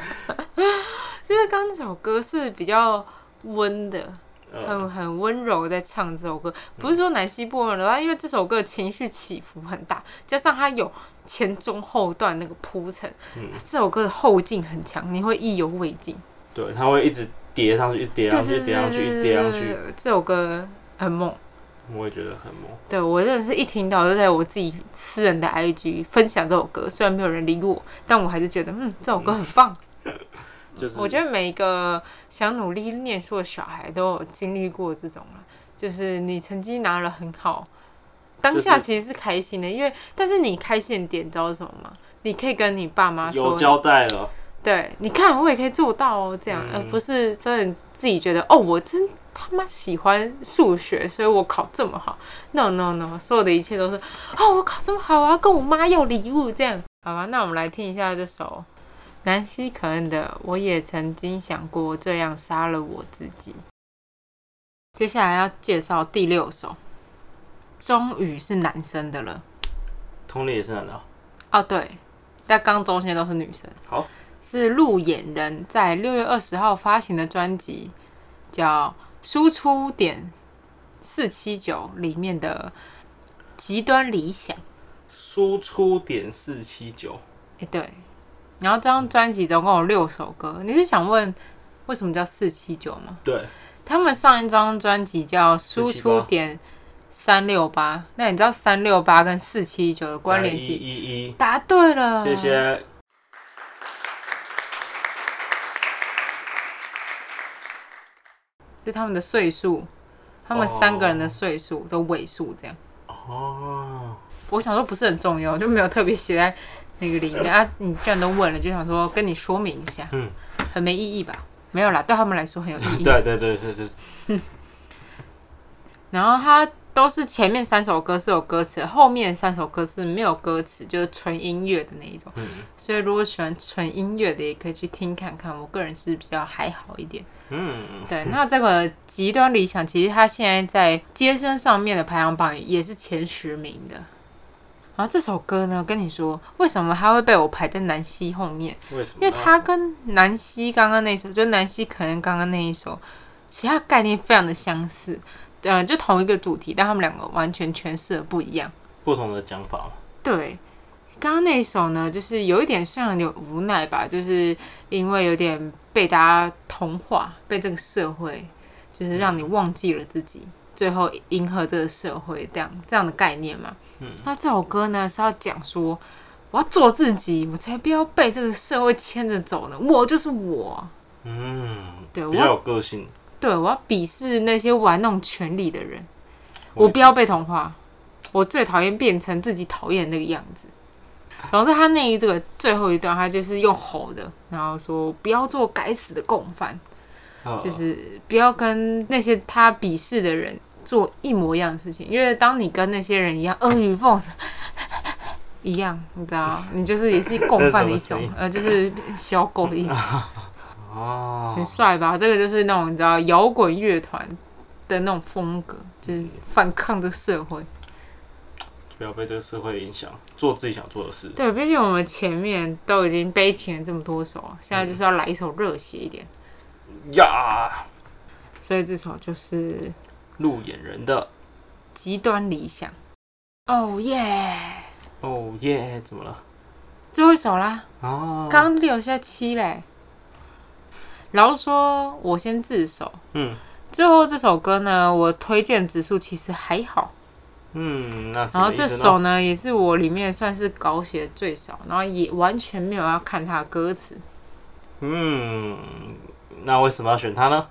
[SPEAKER 1] 就是刚刚那首歌是比较温的，
[SPEAKER 2] 嗯，
[SPEAKER 1] 很很温柔在唱这首歌，不是说南希不温柔，但因为这首歌的情绪起伏很大，加上它有前中后段那个铺陈，
[SPEAKER 2] 嗯
[SPEAKER 1] 这首歌的后劲很强，你会意犹未尽。
[SPEAKER 2] 对，他会一直叠上去，一直叠上去，一直叠上去，一直叠上去。，
[SPEAKER 1] 这首歌很猛。
[SPEAKER 2] 我也觉得很猛。
[SPEAKER 1] 对我真的是一听到就在我自己私人的 IG 分享这首歌，虽然没有人理我，但我还是觉得嗯这首歌很棒。
[SPEAKER 2] 就是
[SPEAKER 1] 我觉得每一个想努力念书的小孩都有经历过这种了，就是你成绩拿了很好，当下
[SPEAKER 2] 就是
[SPEAKER 1] 其实是开心的，因为但是你开心的点你知道是什么吗？你可以跟你爸妈
[SPEAKER 2] 有
[SPEAKER 1] 说，
[SPEAKER 2] 交代了，
[SPEAKER 1] 对，你看我也可以做到哦，这样，
[SPEAKER 2] 嗯
[SPEAKER 1] 而不是真的自己觉得哦，我真他妈喜欢数学，所以我考这么好。No No No，所有的一切都是哦，我考这么好，我要跟我妈要礼物这样。好吧，那我们来听一下这首南希可恩的《我也曾经想过这样杀了我自己》。接下来要介绍第六首，终于是男生的了。
[SPEAKER 2] 同理也是很好。
[SPEAKER 1] 哦，对，但刚中间都是女生。
[SPEAKER 2] 好，
[SPEAKER 1] 是路演人在六月二十号发行的专辑，叫《输出点四七九》里面的《极端理想》。
[SPEAKER 2] 输出点四七九，
[SPEAKER 1] 哎，对，然后这张专辑总共有六首歌。你是想问为什么叫四七九吗？
[SPEAKER 2] 对，
[SPEAKER 1] 他们上一张专辑叫《输出点三六八》，那你知道三六八跟四七九的关联
[SPEAKER 2] 一
[SPEAKER 1] 性？
[SPEAKER 2] 一一，
[SPEAKER 1] 答对了，
[SPEAKER 2] 谢谢。
[SPEAKER 1] 是他们的岁数，他们三个人的岁数的尾数这样。
[SPEAKER 2] 哦，
[SPEAKER 1] 我想说不是很重要，就没有特别写在那个里面啊。你既然都问了，就想说跟你说明一下，
[SPEAKER 2] 嗯，
[SPEAKER 1] 很没意义吧？没有啦，对他们来说很有意义。
[SPEAKER 2] 对对对对对，
[SPEAKER 1] 然后他都是前面三首歌是有歌词的，后面三首歌是没有歌词，就是纯音乐的那一种。所以如果喜欢纯音乐的，也可以去听看看。我个人是比较还好一点。
[SPEAKER 2] 嗯，
[SPEAKER 1] 对，那这个极端理想，其实它现在在街声上面的排行榜也是前十名的。然后这首歌呢，跟你说为什么它会被我排在南希后面？
[SPEAKER 2] 为什么呢？
[SPEAKER 1] 因为它跟南希刚刚那一首，就南希可能刚刚那一首，其他概念非常的相似，呃，就同一个主题，但他们两个完全诠释的不一样。
[SPEAKER 2] 不同的讲法嘛。
[SPEAKER 1] 对，刚刚那一首呢，就是有一点虽然有点无奈吧，就是因为有点被大家同化，被这个社会，就是让你忘记了自己，最后迎合这个社会这样这样的概念嘛。
[SPEAKER 2] 嗯
[SPEAKER 1] 那这首歌呢是要讲说，我要做自己，我才不要被这个社会牵着走呢，我就是我。
[SPEAKER 2] 嗯，
[SPEAKER 1] 对我
[SPEAKER 2] 比较
[SPEAKER 1] 要
[SPEAKER 2] 有个性。
[SPEAKER 1] 对我要鄙视那些玩弄权力的人，我不要被同化，我最讨厌变成自己讨厌的那个样子。总之，他那一个最后一段，他就是用吼的，然后说不要做该死的共犯，
[SPEAKER 2] 嗯，
[SPEAKER 1] 就是不要跟那些他鄙视的人做一模一样的事情，因为当你跟那些人一样，阿谀奉承一样，你知道，你就是也是共犯的一
[SPEAKER 2] 那是什么声
[SPEAKER 1] 种
[SPEAKER 2] 音，
[SPEAKER 1] 呃，就是小狗的意 思。
[SPEAKER 2] 哦
[SPEAKER 1] 很，帅吧？这个就是那种你知道摇滚乐团的那种风格，就是反抗这个社会。
[SPEAKER 2] 不要被这个社会影响，做自己想做的事。
[SPEAKER 1] 对，毕竟我们前面都已经悲情了这么多首啊，现在就是要来一首热血一点，
[SPEAKER 2] 呀，
[SPEAKER 1] 所以这首就是
[SPEAKER 2] 路演人的。
[SPEAKER 1] 极端理想。
[SPEAKER 2] Oh
[SPEAKER 1] 哦耶，
[SPEAKER 2] 哦耶，怎么了？
[SPEAKER 1] 最后一首啦，
[SPEAKER 2] 啊，
[SPEAKER 1] 刚刚留下七嘞。然后说我先自首。
[SPEAKER 2] 嗯
[SPEAKER 1] 最后这首歌呢，我推荐指数其实还好。
[SPEAKER 2] 嗯，那什
[SPEAKER 1] 然后
[SPEAKER 2] 么意
[SPEAKER 1] 这
[SPEAKER 2] 思呢？
[SPEAKER 1] 首呢，也是我里面算是稿写最少，然后也完全没有要看它的歌词。
[SPEAKER 2] 嗯，那为什么要选它呢？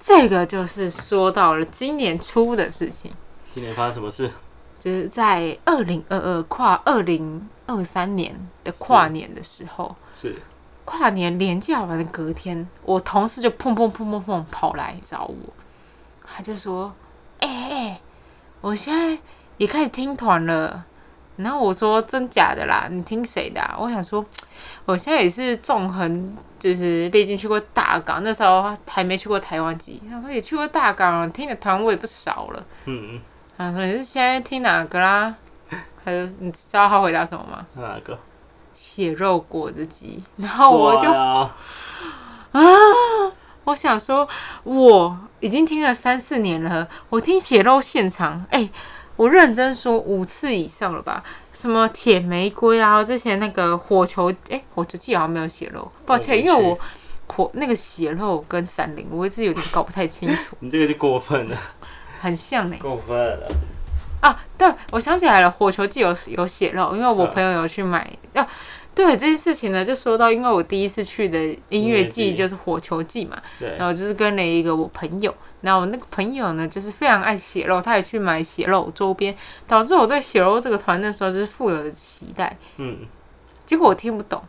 [SPEAKER 1] 这个就是说到了今年初的事情，
[SPEAKER 2] 今年发生什么事？
[SPEAKER 1] 就是在二零二二跨二零二三年的跨年的时候，
[SPEAKER 2] 是
[SPEAKER 1] 跨年连假完的隔天，我同事就砰砰砰砰砰跑来找我，他就说：“哎、哎、哎我现在也开始听团了。”然后我说：“真假的啦？你听谁的、啊？”我想说，我现在也是纵横，就是毕竟去过大港，那时候还没去过台湾籍，他说也去过大港了，听的团我也不少了。
[SPEAKER 2] 嗯，
[SPEAKER 1] 他说：“啊你是现在听哪个啦？”他就你知道他回答什么吗？
[SPEAKER 2] 那哪个？
[SPEAKER 1] 血肉果子鸡。然后我就
[SPEAKER 2] 帅啊
[SPEAKER 1] 我想说，我已经听了三四年了，我听血肉现场，哎、我认真说五次以上了吧？什么铁玫瑰啊，之前那个火球，哎、火球记好像哦没有血肉，抱歉，
[SPEAKER 2] 我没
[SPEAKER 1] 因
[SPEAKER 2] 去，
[SPEAKER 1] 为我火那个血肉跟闪灵，我一直有点搞不太清楚
[SPEAKER 2] 你这个就过分了，
[SPEAKER 1] 很像呢、
[SPEAKER 2] 过分了。
[SPEAKER 1] 啊，对，我想起来了，火球季有有血肉，因为我
[SPEAKER 2] 嗯
[SPEAKER 1] 朋友有去买。啊，对这件事情呢，就说到，因为我第一次去的音乐
[SPEAKER 2] 音乐
[SPEAKER 1] 季
[SPEAKER 2] 季
[SPEAKER 1] 就是火球季嘛，
[SPEAKER 2] 对
[SPEAKER 1] 然，后就是跟了一个我朋友，然后我那个朋友呢，就是非常爱血肉，他也去买血肉周边，导致我对血肉这个团那时候就是富有的期待，
[SPEAKER 2] 嗯，
[SPEAKER 1] 结果我听不懂。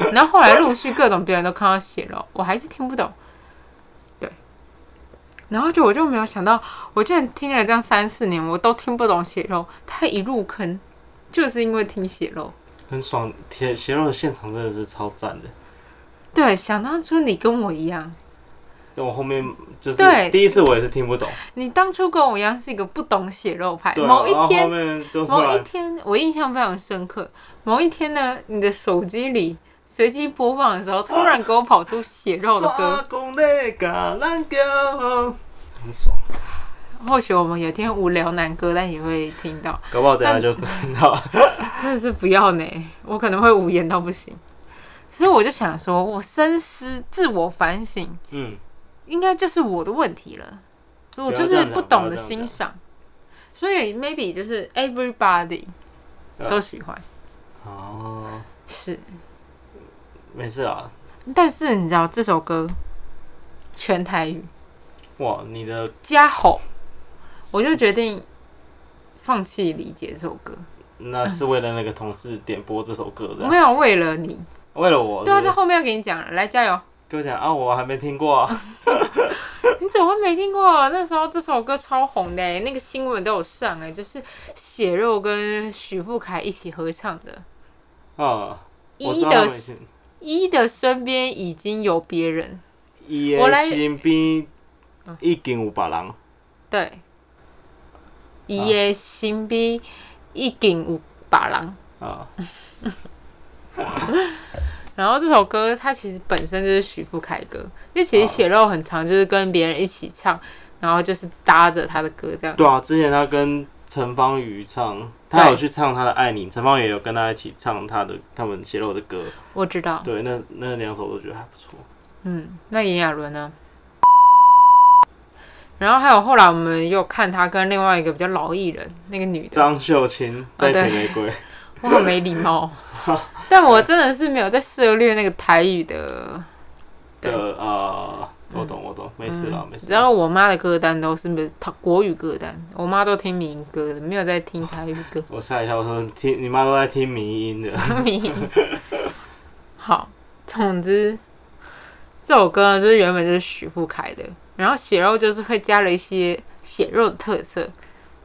[SPEAKER 1] 然后后来陆续各种别人都看到血肉，我还是听不懂。对，然后就我就没有想到，我居然听了这样三四年，我都听不懂血肉，他一入坑就是因为听血肉。
[SPEAKER 2] 很爽。铁血肉的现场真的是超赞的。
[SPEAKER 1] 对，想当初你跟我一样，
[SPEAKER 2] 但我后面就是
[SPEAKER 1] 对
[SPEAKER 2] 第一次我也是听不懂，
[SPEAKER 1] 你当初跟我一样是一个不懂血肉派，
[SPEAKER 2] 对啊，
[SPEAKER 1] 某一
[SPEAKER 2] 然后
[SPEAKER 1] 天
[SPEAKER 2] 后面就突
[SPEAKER 1] 某一
[SPEAKER 2] 然
[SPEAKER 1] 天，我印象非常深刻。某一天呢，你的手机里随机播放的时候，突然给我跑出血肉的歌。
[SPEAKER 2] 公的橄榄球很爽，
[SPEAKER 1] 或许我们有天无聊难歌，但也会听到，
[SPEAKER 2] 搞不好等一下就看到。
[SPEAKER 1] 真的是不要呢，我可能会无言到不行。所以我就想说，我深思、自我反省，
[SPEAKER 2] 嗯，
[SPEAKER 1] 应该就是我的问题了，我
[SPEAKER 2] 不
[SPEAKER 1] 就
[SPEAKER 2] 要这
[SPEAKER 1] 是
[SPEAKER 2] 样讲
[SPEAKER 1] 不
[SPEAKER 2] 不要
[SPEAKER 1] 懂得
[SPEAKER 2] 这样
[SPEAKER 1] 欣
[SPEAKER 2] 讲
[SPEAKER 1] 赏。所以 maybe 就是 everybody
[SPEAKER 2] 呃
[SPEAKER 1] 都喜欢，
[SPEAKER 2] 哦，
[SPEAKER 1] 是
[SPEAKER 2] 没事啦。
[SPEAKER 1] 但是你知道这首歌全台语
[SPEAKER 2] 哇，你的
[SPEAKER 1] 加吼，我就决定放弃理解这首歌。
[SPEAKER 2] 那是为了那个同事点播这首歌
[SPEAKER 1] 我
[SPEAKER 2] 的
[SPEAKER 1] 没，有为了你，
[SPEAKER 2] 为了我。
[SPEAKER 1] 对啊，
[SPEAKER 2] 是
[SPEAKER 1] 这
[SPEAKER 2] 不是
[SPEAKER 1] 后面要给你讲了，来加油！
[SPEAKER 2] 跟我讲啊，我还没听过啊。
[SPEAKER 1] 你怎么会没听过？那时候这首歌超红的、欸那个新闻都有上哎、就是血肉跟许富凯一起合唱的。
[SPEAKER 2] 啊，我
[SPEAKER 1] 一
[SPEAKER 2] 知道
[SPEAKER 1] 的
[SPEAKER 2] 他们以前
[SPEAKER 1] 一的身边已经有别人，
[SPEAKER 2] 伊
[SPEAKER 1] 我
[SPEAKER 2] 的
[SPEAKER 1] 来
[SPEAKER 2] 身边已经有别人，
[SPEAKER 1] 对，伊的身边已经有别人。
[SPEAKER 2] 啊，
[SPEAKER 1] 然后这首歌它其实本身就是许富凯歌，因为其实血肉很长，就是跟别人一起唱，然后就是搭着他的歌这样。
[SPEAKER 2] 对啊，之前他跟陈芳瑜唱，他有去唱他的《爱你》，陈芳瑜也有跟他一起唱他的他们泄露的歌，
[SPEAKER 1] 我知道，
[SPEAKER 2] 对，那那两首我都觉得还不错。
[SPEAKER 1] 嗯，那炎亚纶呢？然后还有后来我们又看他跟另外一个比较老艺人，那个女的，
[SPEAKER 2] 张秀清在
[SPEAKER 1] 哦对
[SPEAKER 2] 舔玫瑰，
[SPEAKER 1] 我好没礼貌。但我真的是没有在涉猎那个台语的， 对嗯
[SPEAKER 2] 的啊，我懂我懂，没事了没事
[SPEAKER 1] 只
[SPEAKER 2] 啦。
[SPEAKER 1] 要我妈的歌单都是她国语歌单，我妈都听民歌的，没有在听台语歌。
[SPEAKER 2] 我吓一下，我说你听你妈都在听迷音 的，
[SPEAKER 1] 迷。好，总之这首歌呢，就是原本就是许富凯的，然后血肉就是会加了一些血肉的特色，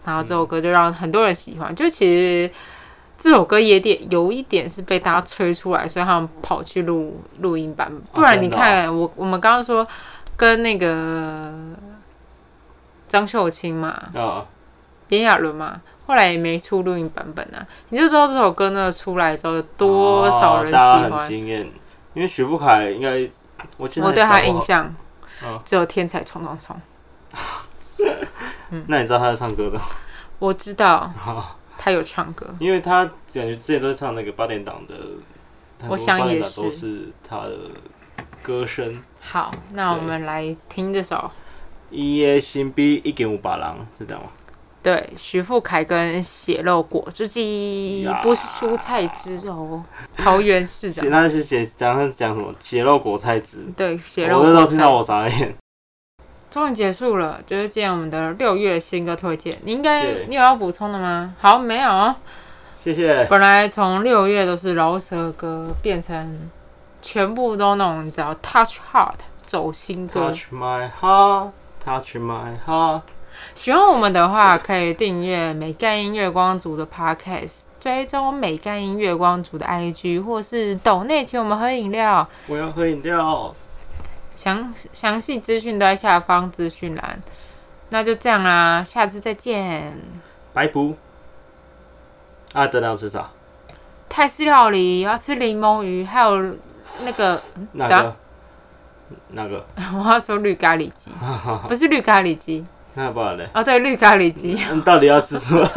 [SPEAKER 1] 然后这首歌就让很多人喜欢。就其实这首歌也点有一点是被大家吹出来，所以他们跑去录录音版，不然你
[SPEAKER 2] 真的哦
[SPEAKER 1] 看、我我们刚刚说跟那个张秀清嘛，
[SPEAKER 2] 啊，
[SPEAKER 1] 炎亚纶嘛，后来也没出录音版本啊，你就知道这首歌呢出来之后有多少人喜
[SPEAKER 2] 哦大家很
[SPEAKER 1] 欢。
[SPEAKER 2] 惊艳，因为许富凯应该我记得啊
[SPEAKER 1] 我对他
[SPEAKER 2] 也
[SPEAKER 1] 印象
[SPEAKER 2] 嗯
[SPEAKER 1] 只有《天才冲冲冲》，
[SPEAKER 2] 搞过，那你知道他在唱歌的吗？
[SPEAKER 1] 我知道
[SPEAKER 2] 哦
[SPEAKER 1] 他有唱歌，
[SPEAKER 2] 因为他感觉之前都是唱那个八点档的，很多
[SPEAKER 1] 我想
[SPEAKER 2] 八点
[SPEAKER 1] 也
[SPEAKER 2] 档
[SPEAKER 1] 是
[SPEAKER 2] 都是他的歌声。
[SPEAKER 1] 好，那我
[SPEAKER 2] 对
[SPEAKER 1] 们来听这首
[SPEAKER 2] 伊的心比一点五八郎是这样吗？
[SPEAKER 1] 对徐富凯跟血肉果汁机
[SPEAKER 2] 呀，
[SPEAKER 1] 不是蔬菜汁哦，桃园市长
[SPEAKER 2] 写那是写讲他讲什么血肉果菜汁，
[SPEAKER 1] 对血肉
[SPEAKER 2] 哦我那时候
[SPEAKER 1] 果
[SPEAKER 2] 听到
[SPEAKER 1] 汁。
[SPEAKER 2] 我傻眼。
[SPEAKER 1] 终于结束了，就是这样我们的六月新歌推荐，你应该
[SPEAKER 2] 对
[SPEAKER 1] 你有要补充的吗？好，没有哦。
[SPEAKER 2] 谢谢，
[SPEAKER 1] 本来从六月都是饶舌歌，变成全部都那种你知道 touch heart 走心歌。
[SPEAKER 2] Touch my heart, touch my heart。
[SPEAKER 1] 喜欢我们的话，可以订阅美干音乐光族的 podcast，追踪美干音乐光族的 IG，或是抖内请我们喝饮料。
[SPEAKER 2] 我要喝饮料，
[SPEAKER 1] 详详细资讯都在下方资讯栏。那就这样啦，下次再见。
[SPEAKER 2] 白不？啊，等等，我吃啥？
[SPEAKER 1] 泰式料理要吃柠檬鱼，还有那个 嗯
[SPEAKER 2] 哪
[SPEAKER 1] 啥？
[SPEAKER 2] 个？哪个？
[SPEAKER 1] 我要说绿咖喱鸡，哦不是绿咖喱鸡。
[SPEAKER 2] 那不然嘞？
[SPEAKER 1] 哦，对，绿咖喱鸡。
[SPEAKER 2] 嗯，到底要吃什么？